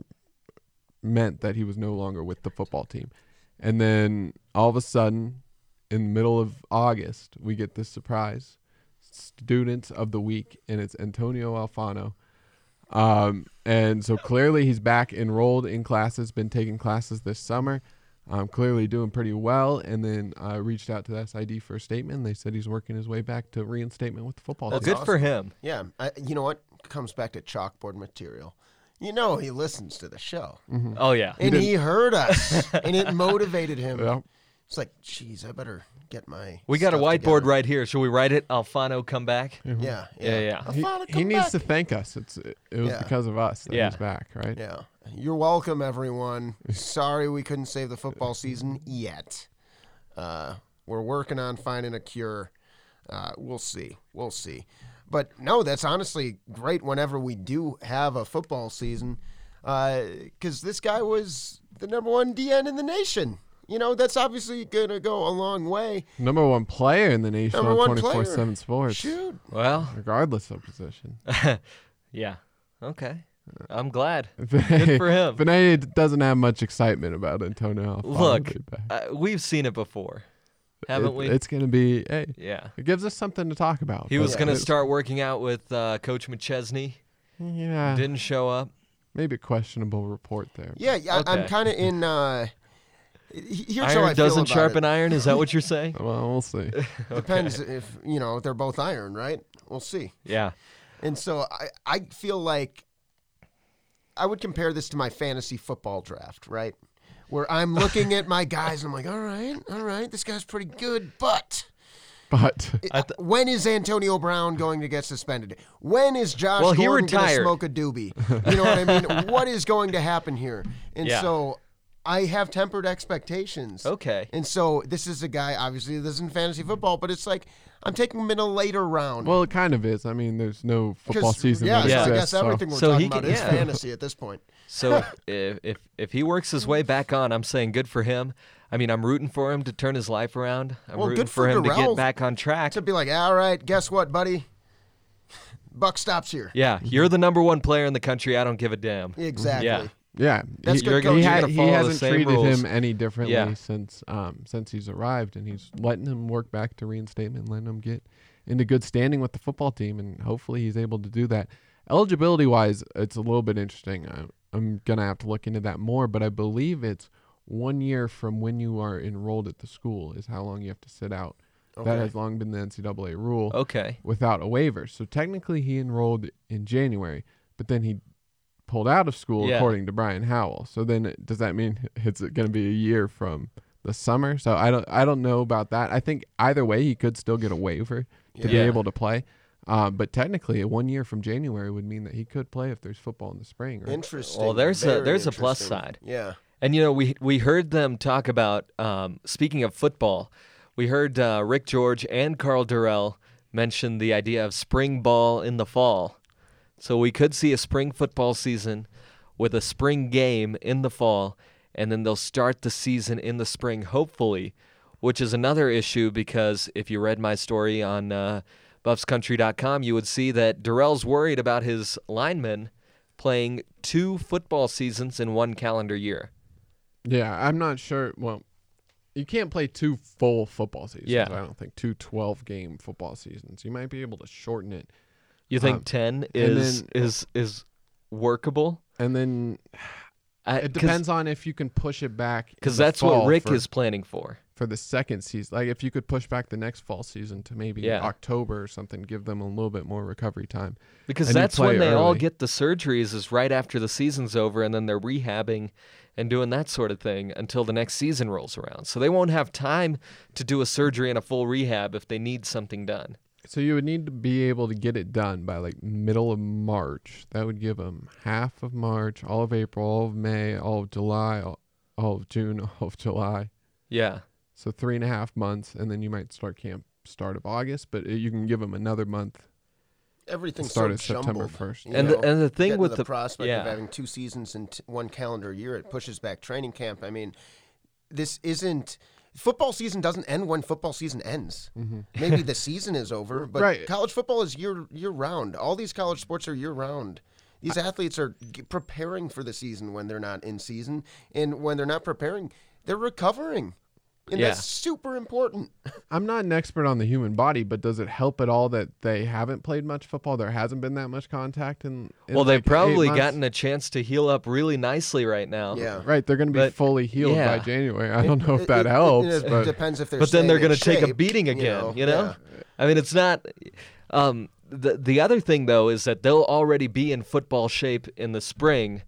S2: meant that he was no longer with the football team. And then all of a sudden, in the middle of August, we get this surprise students of the week, and it's Antonio Alfano. Um, and so clearly he's back enrolled in classes, been taking classes this summer. Um, clearly doing pretty well. And then I reached out to the SID for a statement. They said he's working his way back to reinstatement with the football
S4: Well,
S2: team.
S4: good for him.
S3: yeah. I, you know what? Comes back to chalkboard material. You know he listens to the show,
S4: Oh yeah.
S3: and he heard us, and it motivated him.
S2: Yeah.
S3: It's like, geez, I better get my.
S4: We got a
S3: stuff
S4: whiteboard
S3: together.
S4: right here. Should we write it? Alfano come back.
S3: Yeah,
S4: Yeah, yeah.
S3: I
S2: He,
S3: found it,
S2: he
S3: come
S2: needs
S3: back.
S2: to thank us. It's it, it was
S3: Yeah.
S2: because of us that he's
S4: Yeah.
S2: back, right?
S3: Yeah. You're welcome, everyone. Sorry we couldn't save the football season yet. Uh, we're working on finding a cure. Uh, we'll see. We'll see. But no, that's honestly great whenever we do have a football season because this guy was the number one DN in the nation. You know, that's obviously going to go a long way.
S2: Number one player in the nation
S3: Number
S2: on
S3: one
S2: twenty four
S3: player.
S2: seven sports,
S3: Shoot.
S4: Well,
S2: regardless of position.
S4: yeah. Okay. I'm glad.
S2: Good
S4: for him.
S2: Benet doesn't have much excitement about Antonio. Alfano
S4: Look,
S2: being back.
S4: uh, we've seen it before. haven't
S2: It-
S4: we?
S2: It's gonna be. Hey,
S4: yeah.
S2: it gives us something to talk about.
S4: He
S2: but
S4: was going to
S2: it's-
S4: start working out with uh, Coach McChesney.
S2: Yeah,
S4: Didn't show up.
S2: maybe a questionable report there.
S3: Yeah, yeah. I- I'm
S4: Okay.
S3: kind of in. Uh, he- here's how I
S4: Iron doesn't
S3: feel about
S4: sharpen
S3: it.
S4: iron. Is that what you're saying?
S2: Well, we'll see.
S3: Depends if you know they're both iron, right? We'll see.
S4: yeah.
S3: And so I, I feel like I would compare this to my fantasy football draft, right? Where I'm looking at my guys and I'm like, all right, all right, this guy's pretty good, but
S2: But
S3: when is Antonio Brown going to get suspended? When is Josh
S4: Well, he
S3: Gordon going to
S4: retired.
S3: smoke a doobie? You know what I mean? what is going to happen here? And
S4: Yeah.
S3: so I have tempered expectations.
S4: Okay.
S3: And so this is a guy, obviously, this isn't fantasy football, but it's like I'm taking him in a later round.
S2: well, it kind of is. I mean, there's no football
S3: 'Cause,
S2: season.
S3: Yeah,
S2: that
S3: so I
S2: exists,
S3: guess everything we're
S4: So
S3: talking
S4: he
S3: about
S4: can-
S3: is
S4: yeah.
S3: fantasy at this point.
S4: So if, if if he works his way back on, I'm saying good for him. I mean, I'm rooting for him to turn his life around. I'm
S3: Well,
S4: rooting
S3: good for
S4: him to
S3: Darrell
S4: get back on track.
S3: To be like, all right, guess what, buddy? Buck stops here.
S4: Yeah, you're the number one player in the country. I don't give a damn.
S3: Exactly.
S4: Yeah.
S2: Yeah,
S3: That's
S2: he,
S3: good coaching.
S2: he,
S3: You're
S2: had,
S4: gonna
S2: he
S4: follow the
S2: hasn't
S4: same
S2: treated
S4: rules.
S2: him any differently
S4: Yeah.
S2: since um, since he's arrived, and he's letting him work back to reinstatement, letting him get into good standing with the football team, and hopefully he's able to do that. Eligibility wise, it's a little bit interesting. I, I'm gonna have to look into that more, but I believe it's one year from when you are enrolled at the school is how long you have to sit out. That has long been the NCAA rule
S4: Okay.
S2: without a waiver. So technically, he enrolled in January, but then he pulled out of school,
S4: Yeah.
S2: according to Brian Howell. So then, it- does that mean it's going to be a year from the summer? So I don't, I don't know about that. I think either way, he could still get a waiver to be
S4: Yeah.
S2: able to play. Um, but technically, a one year from January would mean that he could play if there's football in the spring. Right?
S3: Interesting.
S4: Well, there's a-
S3: Very
S4: there's a plus
S3: interesting.
S4: side.
S3: Yeah.
S4: And you know, we we heard them talk about um, speaking of football. We heard uh, Rick George and Carl Durrell mention the idea of spring ball in the fall. So we could see a spring football season with a spring game in the fall, and then they'll start the season in the spring, hopefully, which is another issue because if you read my story on uh, buffscountry.com, you would see that Durrell's worried about his linemen playing two football seasons in one calendar year.
S2: Yeah, I'm not sure. Well, you can't play two full football seasons.
S4: Yeah.
S2: I don't think two 12 game football seasons. You might be able to shorten it.
S4: You think ten is
S2: Um, then-
S4: is is workable?
S2: And then
S4: I-
S2: It depends on if you can push it back. in
S4: because
S2: the
S4: that's what
S2: fall
S4: Rick
S2: for,
S4: is planning for.
S2: for the second season. Like if you could push back the next fall season to maybe
S4: Yeah.
S2: October or something, give them a little bit more recovery time.
S4: Because
S2: And you
S4: that's when
S2: play
S4: they all
S2: early.
S4: get the surgeries is right after the season's over, and then they're rehabbing and doing that sort of thing until the next season rolls around. So they won't have time to do a surgery and a full rehab if they need something done.
S2: So you would need to be able to get it done by like middle of March. That would give them half of March, all of April, all of May, all of July, all, all of June, all of July.
S4: Yeah,
S2: So three and a half months, and then you might start camp start of August, but it, you can give them another month.
S3: Everything's
S2: Started
S3: so jumbled,
S2: September 1st.
S3: you
S4: and the,
S3: know?
S4: and the
S3: Getting
S4: thing
S3: to
S4: with
S3: the prospect
S4: yeah,
S3: of having two seasons in t- one calendar year, it pushes back training camp. I mean, this isn't football season doesn't end when football season ends. Maybe the season is over, but
S2: Mm-hmm. Right.
S3: college football is year year round. All these college sports are year round. These athletes are g- preparing for the season when they're not in season, and when they're not preparing, they're recovering, and
S4: Yeah.
S3: that's super important.
S2: I'm not an expert on the human body, but does it help at all that they haven't played much football? There hasn't been that much contact, and
S4: well, they've probably
S2: gotten.
S4: gotten a chance to heal up really nicely right now.
S3: Yeah.
S2: Right, they're going to be
S4: But,
S2: fully healed
S4: yeah.
S2: by January. I don't know
S3: It-
S2: if that
S3: it- it-
S2: helps,
S3: It,
S2: but
S3: depends if they're.
S4: but then they're
S3: going
S4: gonna
S3: to
S4: take a beating again. You know, I mean, it's not. Um, the the other thing though is that they'll already be in football shape in the spring,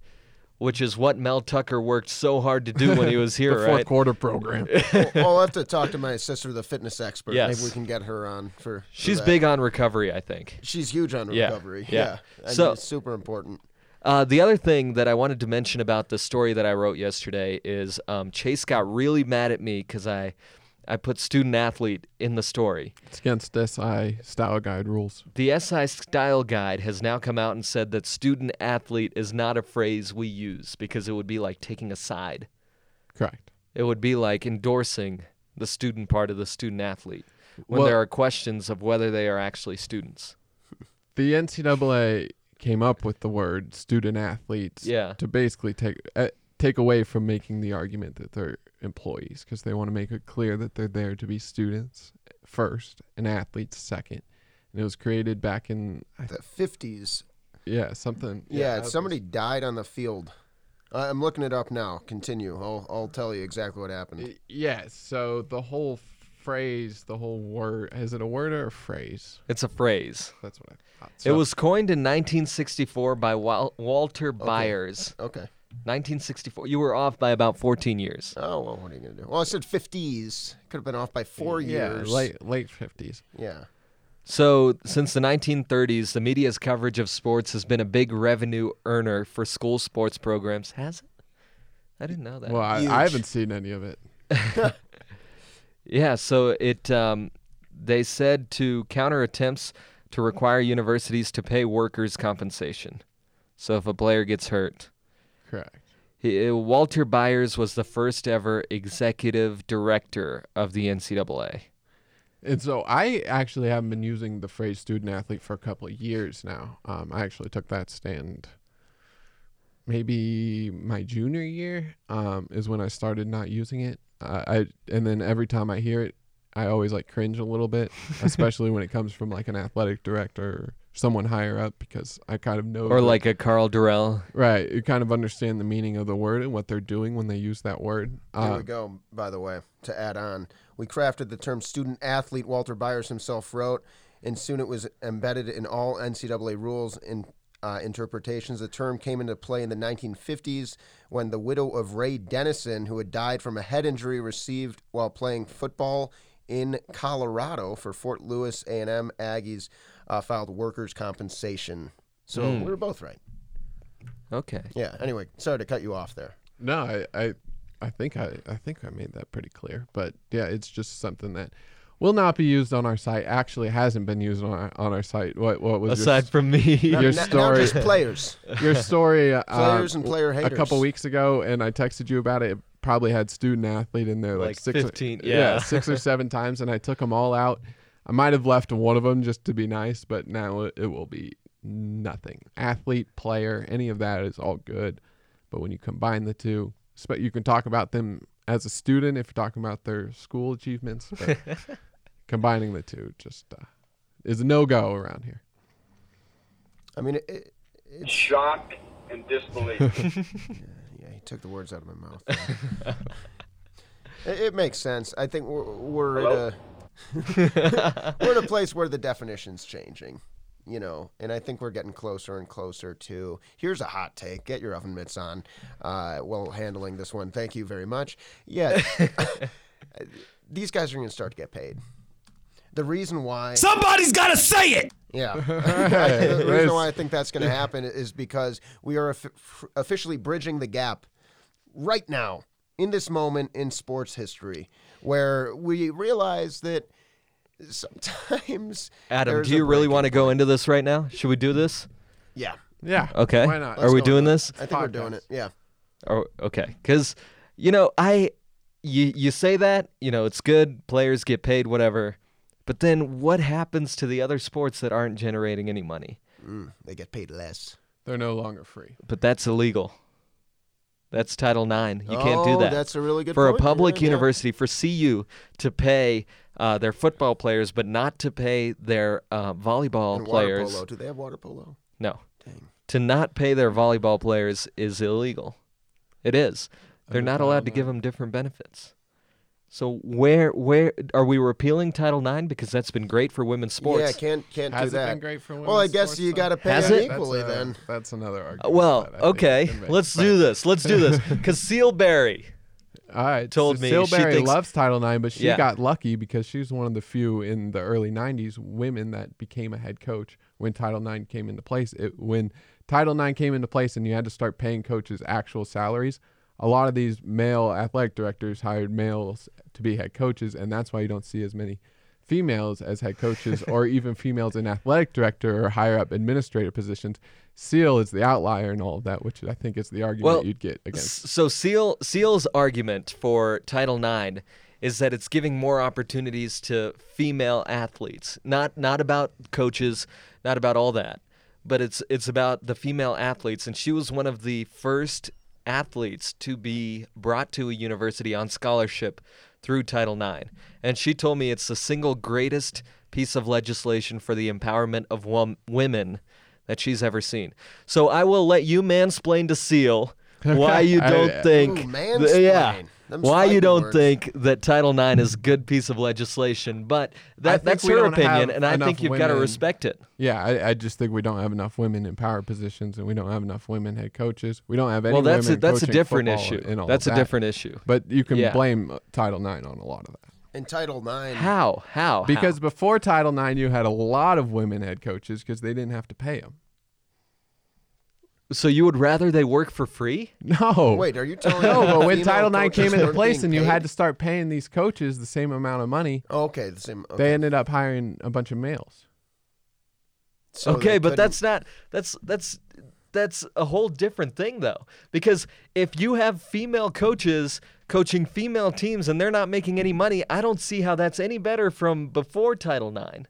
S4: which is what Mel Tucker worked so hard to do when he was
S2: the
S4: here,
S2: four
S4: right?
S2: quarter program.
S3: I'll, I'll have to talk to my sister, the fitness expert.
S4: Yes.
S3: Maybe we can get her on for. for
S4: She's
S3: that.
S4: big on recovery, I think.
S3: She's huge on
S4: Yeah,
S3: recovery.
S4: yeah.
S3: Yeah. I mean,
S4: So-
S3: it's super important.
S4: Uh, the other thing that I wanted to mention about the story that I wrote yesterday is um, Chase got really mad at me because I, I put student athlete in the story.
S2: it's against SI style guide rules.
S4: The SI Style Guide has now come out and said that student athlete is not a phrase we use because it would be like taking a side.
S2: Correct.
S4: It would be like endorsing the student part of the student athlete when
S2: Well-
S4: there are questions of whether they are actually students.
S2: The NCAA came up with the word student athletes
S4: Yeah.
S2: to basically take uh, take away from making the argument that they're employees because they want to make it clear that they're there to be students first and athletes second. And it was created back in I-
S3: The 50s.
S2: yeah something
S3: Yeah,
S2: that
S3: somebody died on the field. I I'm looking it up now. Continue. I'll, I'll tell you exactly what happened.
S2: was- yeah. So the whole phrase, the whole word is it a word or a phrase?
S4: It's a phrase.
S2: That's what I thought.
S4: it was coined in 1964 by Wal- Walter Byers.
S3: Okay.
S4: 1964. You were off by about 14 years.
S3: Oh, well, what are you going to do? Well, I said 50s. Could have been off by four
S2: yeah
S3: years.
S2: late late fifties.
S3: Yeah.
S4: So, since the 1930s, the media's coverage of sports has been a big revenue earner for school sports programs. Has it? I didn't know that.
S2: Well, I, I haven't seen any of it.
S4: Yeah, so it um, they said to counter attempts to require universities to pay workers compensation. So if a player gets hurt,
S2: Correct.
S4: he, uh, Walter Byers was the first ever executive director of the NCAA.
S2: And so I actually haven't been using the phrase student athlete for a couple of years now. Um, I actually took that stand maybe my junior year um, is when I started not using it. Uh, I and then every time I hear it, I always like cringe a little bit, especially when it comes from like an athletic director or someone higher up because I kind of know
S4: Or
S2: the-
S4: like a Carl Durrell.
S2: right, you kind of understand the meaning of the word and what they're doing when they use that word.
S3: There
S2: Uh,
S3: we go, by the way, to add on. We crafted the term student athlete, Walter Byers himself wrote, and soon it was embedded in all NCAA rules and uh, interpretations. The term came into play in the 1950s when the widow of Ray Dennison, who had died from a head injury received while playing football in Colorado for Fort Lewis A&M Aggies, uh, filed workers' compensation. So
S2: Hmm.
S3: we were both right.
S4: Okay.
S3: Yeah. Anyway, sorry to cut you off there.
S2: No, I, I, I think I, I think I made that pretty clear. But yeah, it's just something that will not be used on our site. Actually, hasn't been used on our, on our site. What what was your
S4: Aside
S2: s-
S4: from me,
S2: Your
S3: Now-
S2: story-
S3: Now just players.
S2: your story? uh,
S3: Players and player
S2: a couple
S3: haters.
S2: weeks ago, and I texted you about it. It probably had student athlete in there like,
S4: Like
S2: six, or-
S4: 15, yeah.
S2: six or seven times, and I took them all out. I might have left one of them just to be nice, but now it, it will be nothing. Athlete, player, any of that is all good, but when you combine the two, spe- you can talk about them as a student if you're talking about their school achievements. But combining the two just uh, is a no go around here.
S3: I mean, it, it,
S5: Shock and disbelief.
S3: Yeah, he took the words out of my mouth. it, it makes sense. I think we're, we're at a we're at a place where the definition's changing, you know, and I think we're getting closer and closer to. Here's a hot take: get your oven mitts on. Uh, while handling this one, thank you very much. Yeah, these guys are going to start to get paid. The reason why
S6: Somebody's gotta say it!
S3: yeah. the reason why I think that's going to happen is because we are offi- officially bridging the gap right now in this moment in sports history where we realize that sometimes
S4: Adam,
S3: there's
S4: do
S3: a
S4: you really
S3: breaking-
S4: want to go into this right now? Should we do this?
S3: Yeah.
S2: Yeah.
S4: Okay.
S2: Why not?
S4: Are we
S3: go
S4: doing
S3: into it.
S4: this?
S3: I think we're doing it. Yeah.
S4: Oh, okay. Because you know, I you you say that you know it's good. Players get paid, whatever. But then, what happens to the other sports that aren't generating any money?
S3: Mm, They get paid less.
S2: They're no longer free.
S4: But that's illegal. That's Title IX. You can't do
S3: Oh,
S4: that.
S3: that's a really good
S4: for
S3: point.
S4: a public
S3: Yeah, yeah.
S4: university for CU to pay uh, their football players, but not to pay their uh, volleyball
S3: And water
S4: players.
S3: polo. Do they have water polo?
S4: No. To not pay their volleyball players is illegal. It is. They're not allowed to give them different benefits. So where where are we repealing Title IX because that's been great for women's sports?
S3: Yeah, can't can't
S2: Has
S3: do
S2: it
S3: that.
S2: been great for
S3: Well, I
S2: women's
S3: guess
S2: sports,
S3: you
S2: though?
S3: got to pay
S4: Has
S3: them
S4: it?
S3: equally
S2: That's uh, a-
S3: then.
S2: That's another argument.
S4: Uh, well,
S2: that I think
S4: okay,
S2: can make.
S4: let's do this. Let's do this. Cecile Berry.
S2: All right.
S4: told
S2: so
S4: me
S2: Syl
S4: she
S2: Barry
S4: thinks-
S2: loves Title IX, but she
S4: Yeah.
S2: got lucky because she was one of the few in the early '90s women that became a head coach when Title IX came into place. It, when Title IX came into place and you had to start paying coaches actual salaries, a lot of these male athletic directors hired males to be head coaches, and that's why you don't see as many females as head coaches or even females in athletic director or higher up administrative positions. Seal is the outlier in all of that, which I think is the argument
S4: Well,
S2: you'd get against.
S4: S- So Seal Seal's argument for Title IX is that it's giving more opportunities to female athletes. Not not about coaches, not about all that, but it's it's about the female athletes. And she was one of the first athletes to be brought to a university on scholarship through Title IX. And she told me it's the single greatest piece of legislation for the empowerment of wom- women that she's ever seen. So I will let you mansplain to Seal why you
S2: I-
S4: don't think
S3: Ooh,
S4: th- yeah
S3: mansplain. Them
S4: why you
S3: fighting
S4: don't
S3: words.
S4: think that Title IX is a good piece of legislation, but
S2: I
S4: that
S2: think
S4: that's
S2: we
S4: her
S2: don't have
S4: opinion, and I
S2: enough
S4: think you've got to
S2: women-
S4: respect it.
S2: Yeah, I, I just think we don't have enough women in power positions, and we don't have enough women head coaches. We don't have any.
S4: Well, that's a,
S2: women
S4: that's a
S2: coaching
S4: different
S2: football
S4: issue.
S2: and all
S4: That's a
S2: that.
S4: different issue.
S2: But you can
S4: Yeah.
S2: blame uh, Title IX on a lot of that
S3: in Title Nine.
S4: How? How?
S2: because before Title IX, you had a lot of women head coaches because they didn't have to pay them.
S4: How? so you would rather they work for free?
S2: No,
S3: Wait, are you telling
S2: no.
S3: me
S2: But when
S3: female
S2: Title IX
S3: coaches
S2: came into
S3: weren't
S2: place
S3: being
S2: and you
S3: paid?
S2: had to start paying these coaches the same amount of money,
S3: Oh, okay, the same. Okay,
S2: they ended up hiring a bunch of males.
S3: So they
S4: okay, but
S3: couldn't-
S4: that's not that's that's that's a whole different thing though. Because if you have female coaches coaching female teams and they're not making any money, I don't see how that's any better from before Title IX,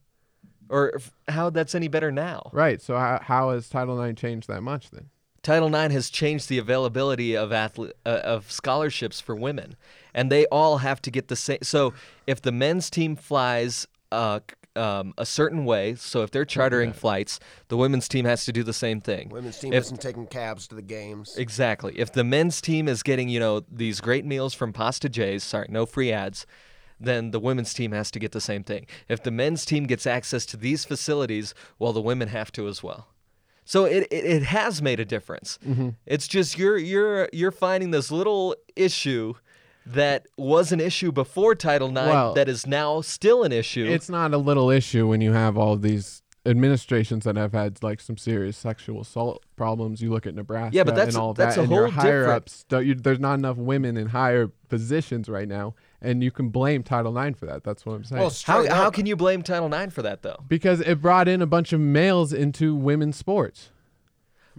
S4: or f- how that's any better now.
S2: Right. So how, how has Title IX changed that much then?
S4: Title IX has changed the availability of athlete, uh, of scholarships for women, and they all have to get the same. So if the men's team flies uh, c- um, a certain way, so if they're chartering flights, the women's team has to do the same thing.
S3: women's team
S4: If-
S3: isn't taking cabs to the games.
S4: Exactly. If the men's team is getting, you know, these great meals from Pasta J's, sorry, no free ads, then the women's team has to get the same thing. If the men's team gets access to these facilities, well, the women have to as well. So it, it, it has made a difference.
S2: Mm-hmm.
S4: It's just you're you're you're finding this little issue that was an issue before Title IX
S2: Well,
S4: that is now still an issue.
S2: It's not a little issue when you have all these administrations that have had like some serious sexual assault problems. You look at Nebraska
S4: Yeah, but that's-
S2: and all of
S4: that's
S2: that,
S4: a
S2: and your
S4: whole
S2: higher
S4: different-
S2: ups. don't- You, there's not enough women in higher positions right now, and you can blame Title IX for that. That's what I'm saying.
S3: Well,
S4: how,
S3: straight
S4: how
S3: up,
S4: can you blame Title IX for that though?
S2: because it brought in a bunch of males into women's sports.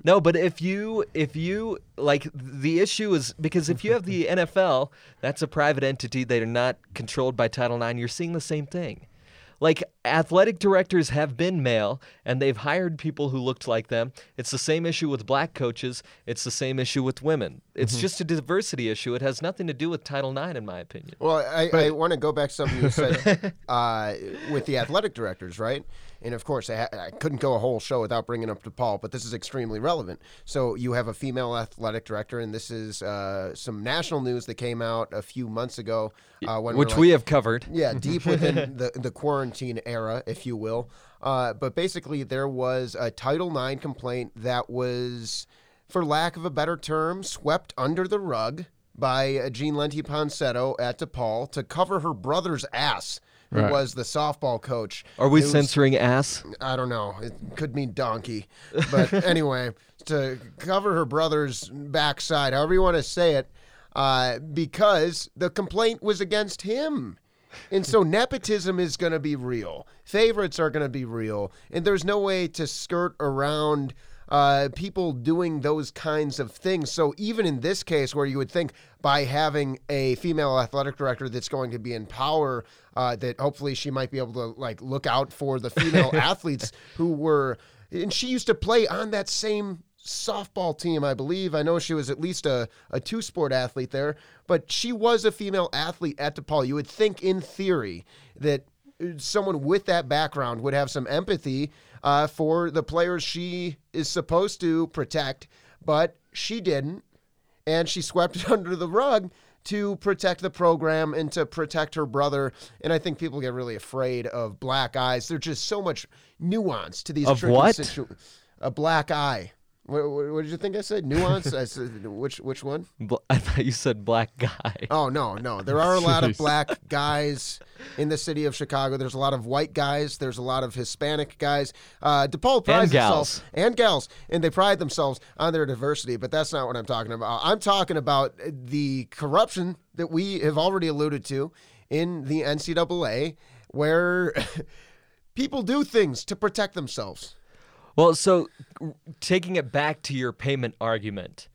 S4: No, but if you if you like the issue is because if you have the NFL, that's a private entity. They are not controlled by Title IX. You're seeing the same thing. Like athletic directors have been male, and they've hired people who looked like them. It's the same issue with black coaches. It's the same issue with women. It's just a diversity issue. It has nothing to do with Title IX, in my opinion.
S3: Well, I, I want to go back to something you said uh, with the athletic directors, right? And of course, I, ha- I couldn't go a whole show without bringing up DePaul, but this is extremely relevant. So you have a female athletic director, and this is uh, some national news that came out a few months ago. Uh, when
S4: Which
S3: we're like-
S4: we have covered.
S3: yeah, deep within the, the quarantine era, if you will. Uh, but basically, there was a Title IX complaint that was, for lack of a better term, swept under the rug by uh, Jean Lenti Ponsetto at DePaul to cover her brother's ass, who
S2: Right.
S3: was the softball coach.
S4: Are we
S3: It was-
S4: censoring ass?
S3: I don't know. It could mean donkey. But anyway, to cover her brother's backside, however you want to say it, uh, because the complaint was against him. And so nepotism is going to be real. Favorites are going to be real. And there's no way to skirt around uh, people doing those kinds of things. So even in this case, where you would think by having a female athletic director that's going to be in power, uh, that hopefully she might be able to like look out for the female athletes who were, and she used to play on that same softball team, I believe. I know she was at least a, a two sport athlete there, but she was a female athlete at DePaul. You would think, in theory, that someone with that background would have some empathy uh, for the players she is supposed to protect, but she didn't. And she swept it under the rug to protect the program and to protect her brother. And I think people get really afraid of black eyes. There's just so much nuance to these
S4: Of
S3: tricky
S4: what?
S3: situ- a black eye. What, what, what did you think I said? Nuance? I said which which one?
S4: Bl- I thought you said black guy.
S3: Oh no, no. There are a lot
S2: Jeez.
S3: of black guys in the city of Chicago. There's a lot of white guys. There's a lot of Hispanic guys. Uh, DePaul prides
S4: gals.
S3: themselves and gals, and they pride themselves on their diversity. But that's not what I'm talking about. I'm talking about the corruption that we have already alluded to in the NCAA, where people do things to protect themselves.
S4: Well, so r- taking it back to your payment argument,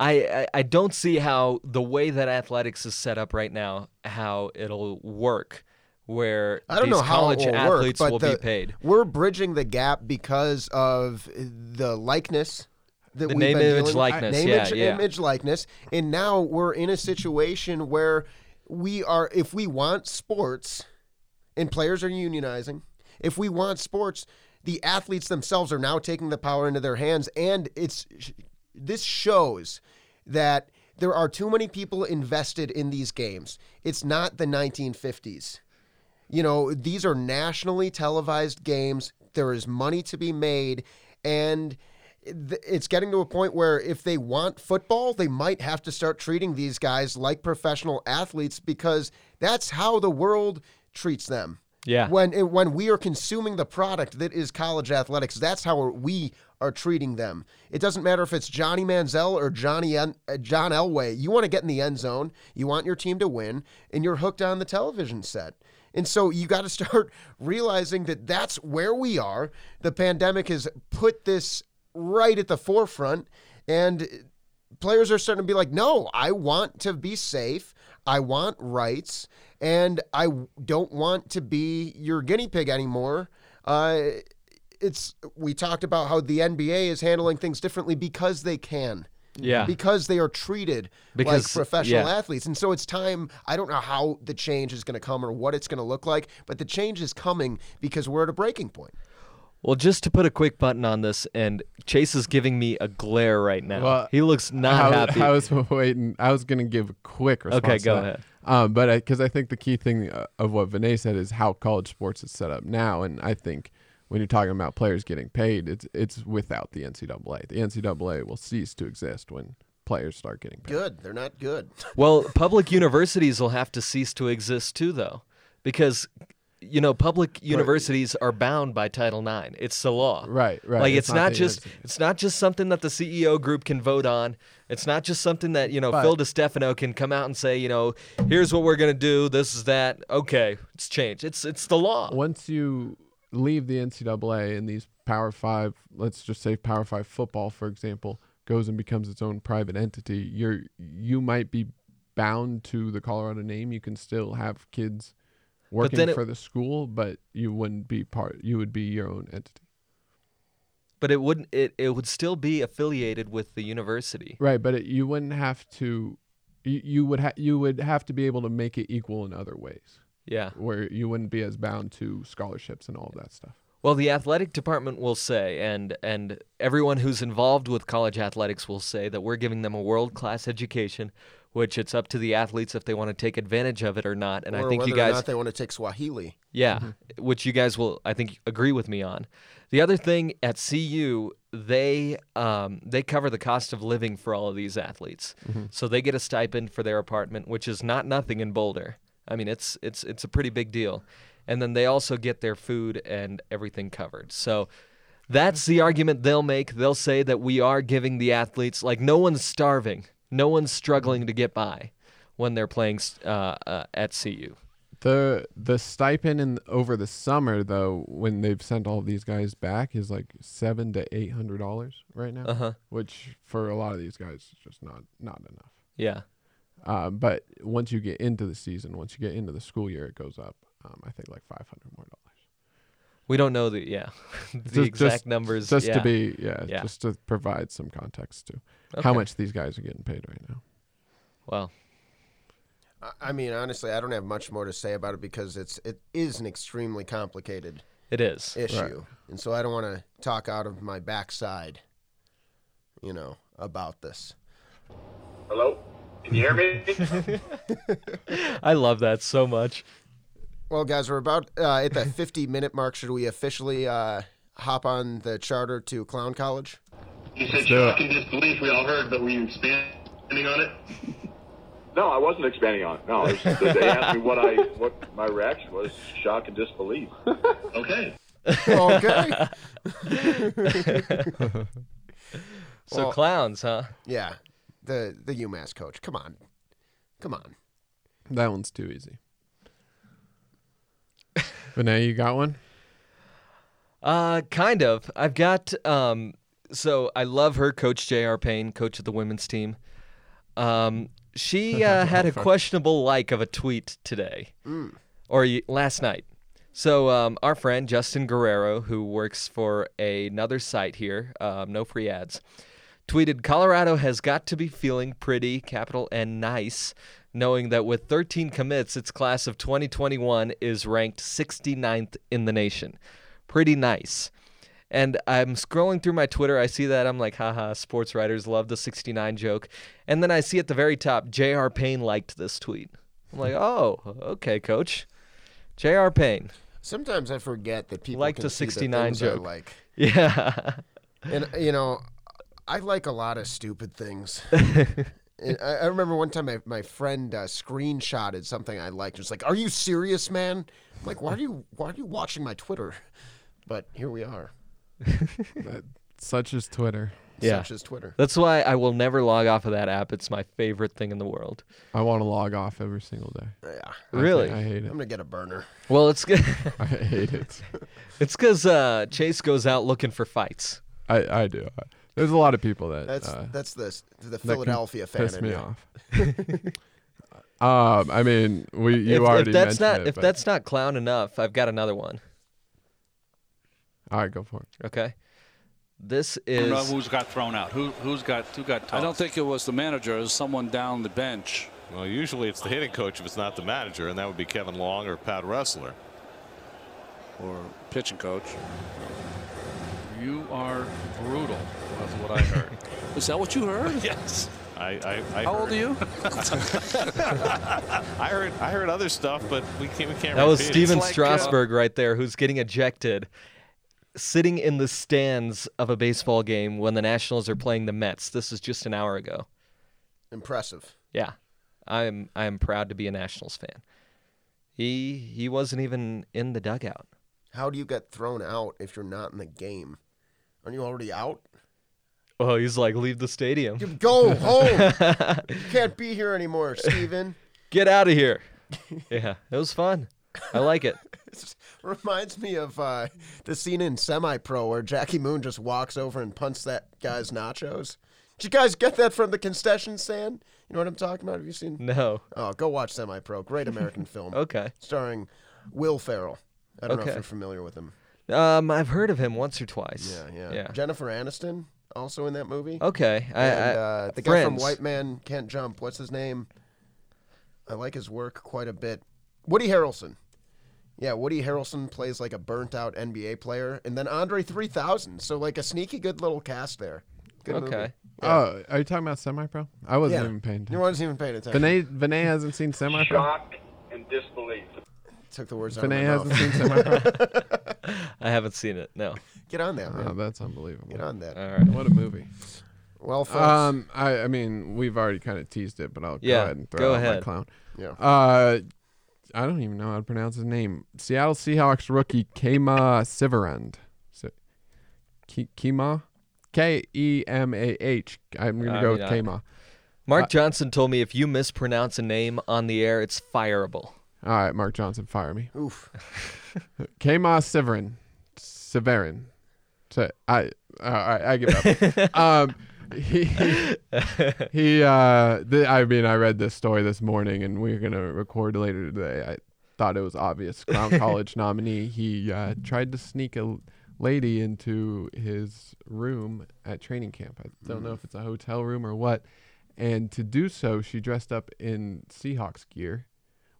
S4: I, I, I don't see how the way that athletics is set up right now, how it'll work, where
S3: I don't
S4: these
S3: know how it
S4: college
S3: will work,
S4: athletes
S3: but
S4: will
S3: the-
S4: be paid.
S3: We're bridging the gap because of the likeness that
S4: The
S3: we've
S4: name,
S3: been
S4: image,
S3: dealing with.
S4: likeness,
S3: Name,
S4: yeah,
S3: image,
S4: yeah.
S3: image, likeness, and now we're in a situation where we are. If we want sports, and players are unionizing, if we want sports, the athletes themselves are now taking the power into their hands, and it's this shows that there are too many people invested in these games. It's not the 1950s. You know, these are nationally televised games. There is money to be made, and th- it's getting to a point where if they want football, they might have to start treating these guys like professional athletes because that's how the world treats them.
S4: Yeah.
S3: When it- when we are consuming the product that is college athletics, that's how we are treating them. It doesn't matter if it's Johnny Manziel or Johnny en- uh, John Elway. You want to get in the end zone. You want your team to win, and you're hooked on the television set. And so you got to start realizing that that's where we are. The pandemic has put this right at the forefront, and players are starting to be like, no, I want to be safe. I want rights, and I don't want to be your guinea pig anymore. Uh, it's we talked about how the NBA is handling things differently because they can.
S4: Yeah.
S3: Because they are treated
S4: Because-
S3: like professional
S4: yeah.
S3: athletes. And so it's time. I don't know how the change is going to come or what it's going to look like, but the change is coming because we're at a breaking point.
S4: Well, just to put a quick button on this, and Chase is giving me a glare right now.
S2: Well,
S4: he looks not
S2: I,
S4: happy.
S2: I was waiting. I was going to give a quick response.
S4: Okay,
S2: to
S4: go
S2: that.
S4: ahead.
S2: Um, but because I, think the key thing uh, of what Vinay said is how college sports is set up now, and I think when you're talking about players getting paid, it's it's without the NCAA. The NCAA will cease to exist when players start getting paid.
S3: Good. They're not good.
S4: Well, public universities will have to cease to exist too, though, because you know public universities are bound by Title IX. It's the law.
S2: Right, right.
S4: Like
S2: It's
S4: it's, not,
S2: not the-
S4: just it's not just something that the CEO group can vote on. It's not just something that you know Phil DeStefano can come out and say, you know, here's what we're gonna do. This is that. Okay, it's changed. It's it's the law.
S2: Once you leave the NCAA and these Power Five, let's just say Power Five football, for example, goes and becomes its own private entity, you're you might be bound to the Colorado name. You can still have kids working
S4: then it-
S2: for the school, but you wouldn't be part. You would be your own entity.
S4: But it wouldn't. It it would still be affiliated with the university.
S2: Right, but it, you wouldn't have to. You, you would ha- you would have to be able to make it equal in other ways,
S4: Yeah.
S2: where you wouldn't be as bound to scholarships and all of that stuff.
S4: Well, the athletic department will say, and and everyone who's involved with college athletics will say that we're giving them a world class education, which it's up to the athletes if they want to take advantage of it or not. And
S3: or
S4: I think
S3: whether
S4: you
S3: or
S4: guys,
S3: not they want to take Swahili.
S4: yeah, which you guys will, I think, agree with me on. The other thing at CU, they um, they cover the cost of living for all of these athletes, so they get a stipend for their apartment, which is not nothing in Boulder. I mean, it's it's it's a pretty big deal, and then they also get their food and everything covered. So. That's the argument they'll make. They'll say that we are giving the athletes, like, no one's starving. No one's struggling to get by when they're playing uh, uh, at CU.
S2: The the stipend in over the summer though, when they've sent all these guys back, is like seven to eight hundred dollars right now,
S4: Uh-huh.
S2: which for a lot of these guys is just not not enough.
S4: Yeah.
S2: Uh, but once you get into the season, once you get into the school year, it goes up. Um, I think like five hundred more dollars.
S4: We don't know the yeah the
S2: Just-
S4: exact
S2: just-
S4: numbers.
S2: just
S4: yeah.
S2: to be yeah,
S4: Yeah.
S2: just to provide some context to how
S4: Okay.
S2: much these guys are getting paid right now.
S4: well,
S3: I- I mean, honestly, I don't have much more to say about it because it's it is an extremely complicated
S4: it is.
S3: issue, and so I don't want to talk out of my backside, you know, about this.
S5: Hello? Can you hear me?
S4: I love that so much.
S3: Well, guys, we're about uh, at the 50 minute mark. Should we officially uh, hop on the charter to Clown College?
S6: You said you can just believe we all heard, but were you expanding on it?
S1: No, I wasn't expanding on it. No, it was, they asked me what I what my reaction was: shock and disbelief.
S6: Okay.
S3: Okay.
S4: So
S3: Well-
S4: clowns, huh?
S3: yeah, the the UMass coach. Come on, come on.
S2: That one's too easy. but now you got one.
S4: Uh, kind of. I've got um. So I love her, Coach J.R. Payne, coach of the women's team. Um, she uh, had a questionable like of a tweet today, or y- last night. So um, our friend Justin Guerrero, who works for another site here, um, no free ads, tweeted Colorado has got to be feeling pretty, capital N, nice, knowing that with 13 commits, its class of 2021 is ranked 69th in the nation. Pretty nice. And I'm scrolling through my Twitter. I see that. I'm like, haha, sports writers love the 69 joke. And then I see at the very top, J.R. Payne liked this tweet. I'm like, oh, okay, coach. J.R. Payne.
S3: Sometimes I forget that people
S4: Like
S3: can
S4: the
S3: see
S4: 69
S3: things I
S4: joke.
S3: like,
S4: Yeah.
S3: and uh, you know, I like a lot of stupid things. And I, I remember one time my, my friend uh, screenshotted something I liked. It was like, "Are you serious, man?" I'm like, "Why are you Why are you watching my Twitter?" But here we are.
S2: Such as Twitter.
S4: Yeah.
S3: Such is Twitter.
S4: That's why I will never log off of that app. It's my favorite thing in the world.
S2: I want to log off every single day. I
S3: Yeah,
S2: think
S4: Really?
S2: I hate
S3: I'm
S2: it.
S3: gonna get a burner.
S4: Well, it's g-
S2: I hate it.
S4: it's because uh, Chase goes out looking for fights.
S2: I, I do. There's a lot of people that
S3: That's
S2: uh,
S3: that's the the
S2: that can
S3: Philadelphia fan.
S2: piss
S3: in
S2: me
S3: me.
S2: off. um, I mean, we you
S4: if,
S2: already
S4: if
S2: mentioned
S4: that's not
S2: it,
S4: if
S2: but-
S4: that's not clown enough, I've got another one.
S2: all right, go for it.
S4: Okay, this
S7: I don't know
S4: is
S7: who's got thrown out. Who who's got who got tossed?
S8: I don't think it was the manager. It was someone down the bench.
S9: Well, usually it's the hitting coach if it's not the manager, and that would be Kevin Long or Pat Wrestler.
S8: or pitching coach.
S7: you are brutal. That's what I heard.
S8: Is that what you heard?
S9: Yes. I, I, I
S8: How old
S9: heard-
S8: are you?
S9: I heard I heard other stuff, but we can't we can't.
S4: that was
S9: repeat it.
S4: Steven
S9: It's like, uh,
S4: Strasburg right there, who's getting ejected, sitting in the stands of a baseball game when the Nationals are playing the Mets. This is just an hour ago.
S3: Impressive.
S4: Yeah, I'm I'm proud to be a Nationals fan. He he wasn't even in the dugout.
S3: How do you get thrown out if you're not in the game? Aren't you already out?
S4: Oh, he's like, leave the stadium.
S3: You go home. you can't be here anymore, Steven.
S4: Get out of here. yeah, it was fun. I like it.
S3: This reminds me of uh, the scene in Semi Pro where Jackie Moon just walks over and punts that guy's nachos. Did you guys get that from the concession stand? You know what I'm talking about? Have you seen?
S4: No.
S3: Oh, go watch Semi Pro. Great American film.
S4: Okay.
S3: Starring Will Ferrell. I don't know
S4: Okay.
S3: if you're familiar with him.
S4: Um, I've heard of him once or twice.
S3: Yeah, yeah.
S4: Yeah.
S3: Jennifer Aniston also in that movie.
S4: Okay. I,
S3: And,
S4: I-
S3: uh, the guy from
S4: Friends.
S3: White Man Can't Jump. What's his name? I like his work quite a bit. Woody Harrelson. Yeah, Woody Harrelson plays like a burnt out NBA player, and then Andre 3000. So like a sneaky good little cast there. Good movie.
S4: Okay.
S2: Oh, are you talking about semi-pro? I wasn't
S3: Yeah.
S2: even paying
S3: You
S2: attention.
S3: wasn't even paying attention.
S2: Vinay, Vinay hasn't seen semi-pro.
S1: Shock and disbelief.
S3: Took the words out of my
S2: Vinay hasn't
S3: mouth.
S2: seen semi-pro.
S4: I haven't seen it. No.
S3: Get on that,
S2: Oh,
S3: man.
S2: that's unbelievable.
S3: Get on that.
S4: All right.
S2: What a movie.
S3: Well, folks.
S2: Um, I, I mean, we've already kind of teased it, but I'll
S4: Yeah,
S2: go ahead and throw
S4: go
S2: out my
S4: ahead.
S2: clown.
S3: Yeah.
S2: Uh, I don't even know how to pronounce his name. Seattle Seahawks rookie Kema Siverand. So, Ke- Kema? K E M A H. I'm going to
S4: I
S2: go
S4: mean,
S2: with
S4: I-
S2: Kema.
S4: Mark Johnson told me if you mispronounce a name on the air, it's fireable.
S2: All right, Mark Johnson, fire me.
S3: Oof.
S2: Kema Severin. Severin. So I, uh, I I give up. um, he he. Uh, th- I mean, I read this story this morning, and we are gonna record later today. I thought it was obvious. Crown College nominee. He uh, tried to sneak a l- lady into his room at training camp. I don't
S3: Mm.
S2: know if it's a hotel room or what. And to do so, she dressed up in Seahawks gear.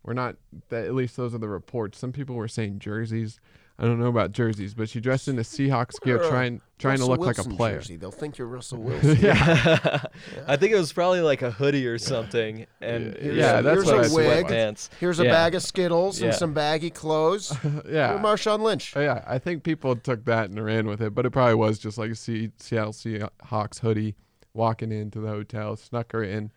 S2: We're not that at least those are the reports. Some people were saying jerseys. I don't know about jerseys, but she dressed in a Seahawks gear,
S3: Wear a
S2: trying trying to
S3: Russell
S2: look like
S3: Wilson
S2: a player.
S3: jersey. They'll think you're Russell Wilson.
S4: I think it was probably like a hoodie or something. And
S2: Yeah, yeah, that's
S3: here's
S2: what
S3: a
S2: I said.
S3: wig.
S4: Sweatpants.
S3: Here's a
S4: Yeah.
S3: bag of Skittles and
S4: Yeah.
S3: some baggy clothes. You're
S2: Yeah,
S3: Marshawn Lynch.
S2: Oh, yeah. I think people took that and ran with it, but it probably was just like a Se- Seattle Seahawks hoodie walking into the hotel, snuck her in.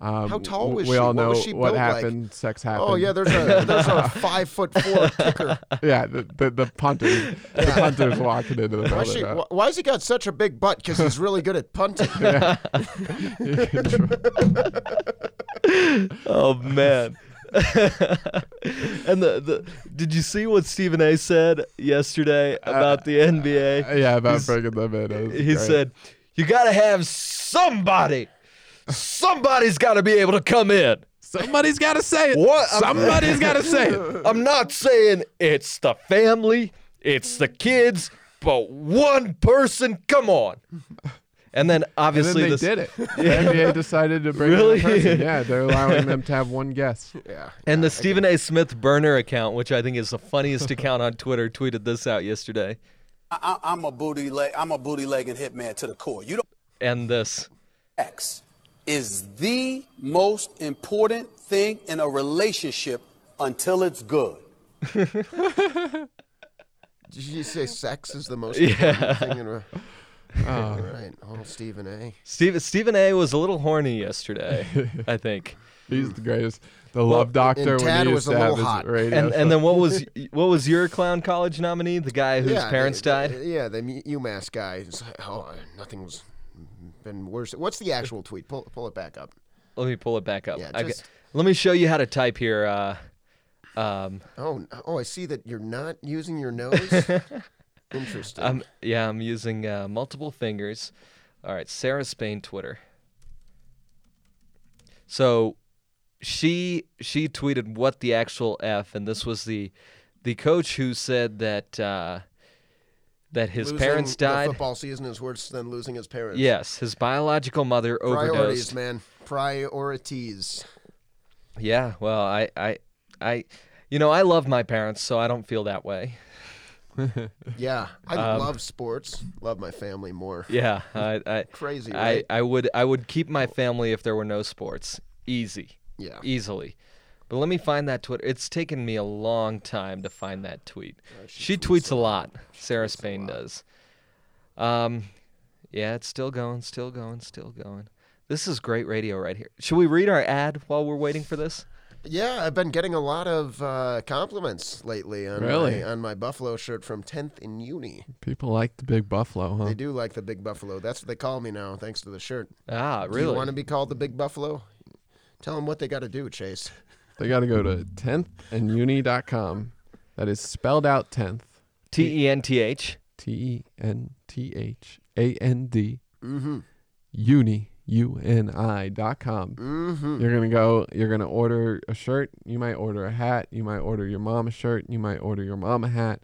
S2: Um,
S3: How tall
S2: w-
S3: was
S2: we
S3: she?
S2: all
S3: What
S2: know
S3: was she
S2: what
S3: built like?
S2: happened. Sex happened.
S3: Oh yeah, there's a there's a five foot four kicker.
S2: yeah. The the, the punters, the punters walking into the
S3: Why, she,
S2: building. uh,
S3: wh- why has he got such a big butt? Because he's really good at punting.
S4: Oh man. and the, the did you see what Stephen A said yesterday about the NBA?
S2: Uh, yeah, about
S4: He's-
S2: bringing them in. it was
S4: he
S2: great.
S4: said, "You gotta have somebody. Somebody's gotta be able to come in.
S2: Somebody's got to say it.
S4: What? I'm-
S2: Somebody's got to say it.
S4: I'm not saying it's the family, it's the kids, but one person. Come on." And
S2: And
S4: then
S2: then
S4: obviously
S2: they
S4: this,
S2: did it. The NBA decided to bring
S4: Really?
S2: really? person. Yeah, they're allowing them to have one guess.
S3: Yeah.
S4: And the Stephen A. Smith burner account, which I think is the funniest account on Twitter, tweeted this out yesterday.
S10: I, I'm a booty leg. I'm a booty legging hitman to the core. You don't.
S4: And this,
S10: Sex is the most important thing in a relationship until it's good.
S3: Did you say sex is the most important thing in a? All right, Arnold Stephen A.
S4: Steve, Stephen A. was a little horny yesterday, I think.
S2: He's the greatest. The love doctor when
S3: Tad
S2: he used
S3: was
S2: to
S3: a
S2: have
S3: little
S2: his
S3: hot.
S2: radio
S4: And
S2: show.
S4: and then what was what was your clown college nominee? The guy whose
S3: Yeah,
S4: parents
S3: the-
S4: died.
S3: the- yeah, the M- UMass guy. is like, oh, nothing's been worse. What's the actual tweet? Pull, pull it back up.
S4: Let me pull it back up.
S3: Yeah,
S4: I g-
S3: just-
S4: let me show you how to type here. Uh, um,
S3: Oh, n- oh, I see that you're not using your nose. Interesting.
S4: I'm, yeah, I'm using uh, multiple fingers. All right, Sarah Spain Twitter. So, she she tweeted what the actual f, and this was the the coach who said that uh, that his
S3: Losing
S4: parents
S3: the
S4: died.
S3: football season is worse than losing his parents.
S4: Yes, his biological mother
S3: Priorities,
S4: overdosed.
S3: man. Priorities.
S4: Yeah, well, I, I, I, you know, I love my parents, so I don't feel that way.
S3: Yeah, I
S2: Um,
S3: love sports. Love my family more.
S4: Yeah, I, I
S3: Crazy,
S4: I,
S3: right?
S4: I would, I would keep my family if there were no sports. Easy.
S3: Yeah.
S4: Easily. But let me find that Twitter. It's taken me a long time to find that tweet. Oh, she, tweets, a lot. Sarah Spain does. Um, yeah, it's still going, still going, still going. This is great radio right here. Should we read our ad while we're waiting for this?
S3: Yeah, I've been getting a lot of uh, compliments lately on
S2: Really?
S3: my, on my Buffalo shirt from 10th in Uni.
S2: People like the big buffalo, huh?
S3: They do like the Big Buffalo. That's what they call me now, thanks to the shirt.
S4: Ah,
S3: Do you
S4: really?
S3: want to be called the Big Buffalo? Tell them what they got to do, Chase.
S2: They got to go to 10thanduni.com. That is spelled out 10th.
S4: T E N T H.
S2: T E N T H A N D. Uni. U N I dot com. Mm-hmm. You're gonna go. You're gonna order a shirt. You might order a hat. You might order your mom a shirt. You might order your mom a hat.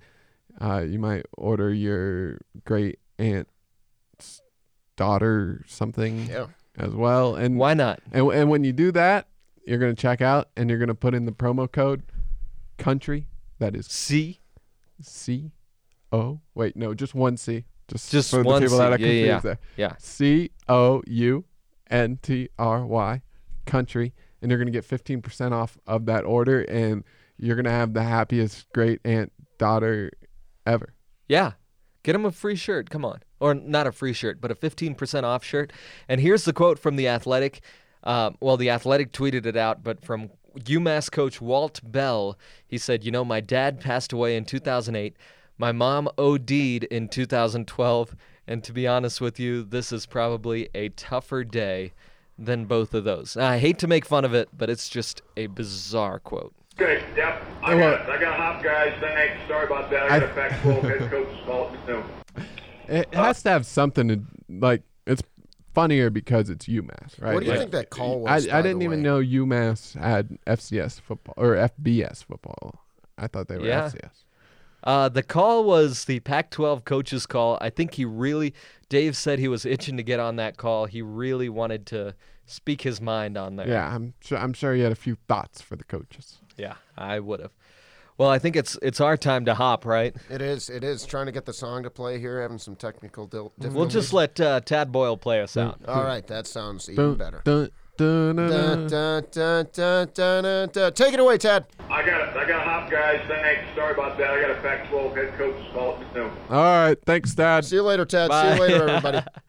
S2: Uh, you might order your great aunt's daughter something
S3: Yeah.
S2: as well. And
S4: Why not?
S2: And, and when you do that, you're going to check out and you're going to put in the promo code country. That is
S4: C.
S2: C O. Wait, no, just one C. Just,
S4: Just
S2: for
S4: one
S2: the people
S4: C.
S2: that are
S4: Yeah,
S2: confused
S4: yeah, yeah.
S2: there.
S4: Yeah.
S2: C O U N T R Y, country. And you're going to get 15% off of that order and you're going to have the happiest great aunt daughter ever.
S4: Yeah. Get him a free shirt. Come on. Or not a free shirt, but a 15% off shirt. And here's the quote from The Athletic. Um, well, The Athletic tweeted it out, but from UMass coach Walt Bell, he said, You know, my dad passed away in 2008. My mom OD'd in 2012. And to be honest with you, this is probably a tougher day than both of those. I hate to make fun of it, but it's just a bizarre quote.
S5: Okay, yep. I
S2: Well-
S5: got, I got to hop, guys. Thanks. Sorry about that.
S2: I-
S5: I got to back 12 head coach call it noon.
S2: It has to have something to, like, it's funnier because it's UMass, right?
S3: What do you
S2: Like,
S3: think that call was?
S2: I,
S3: by
S2: I
S3: the
S2: didn't even
S3: way?
S2: know UMass had FCS football or FBS football. I thought they were
S4: Yeah.
S2: FCS.
S4: Uh, the call was the Pac 12 coach's call. I think he really, Dave said he was itching to get on that call. He really wanted to speak his mind on there.
S2: Yeah, I'm sure. I'm sure he had a few thoughts for the coaches.
S4: Yeah, I would have. Well, I think it's it's our time to hop, right?
S3: It is. It is trying to get the song to play here. Having some technical dil- difficulties.
S4: We'll just let uh, Tad Boyle play us out.
S2: Mm.
S3: All right, that sounds
S2: Dun,
S3: even better.
S2: dun, dun, dun, dun.
S3: Dun, dun, dun, dun, dun, dun, dun. Take it away, Tad.
S5: I got I got to hop, guys. Thanks. Sorry about that. I got to back 12 head coach call it noon.
S2: All right, thanks, Dad.
S3: See you later, Tad.
S4: Bye.
S3: See you later, everybody.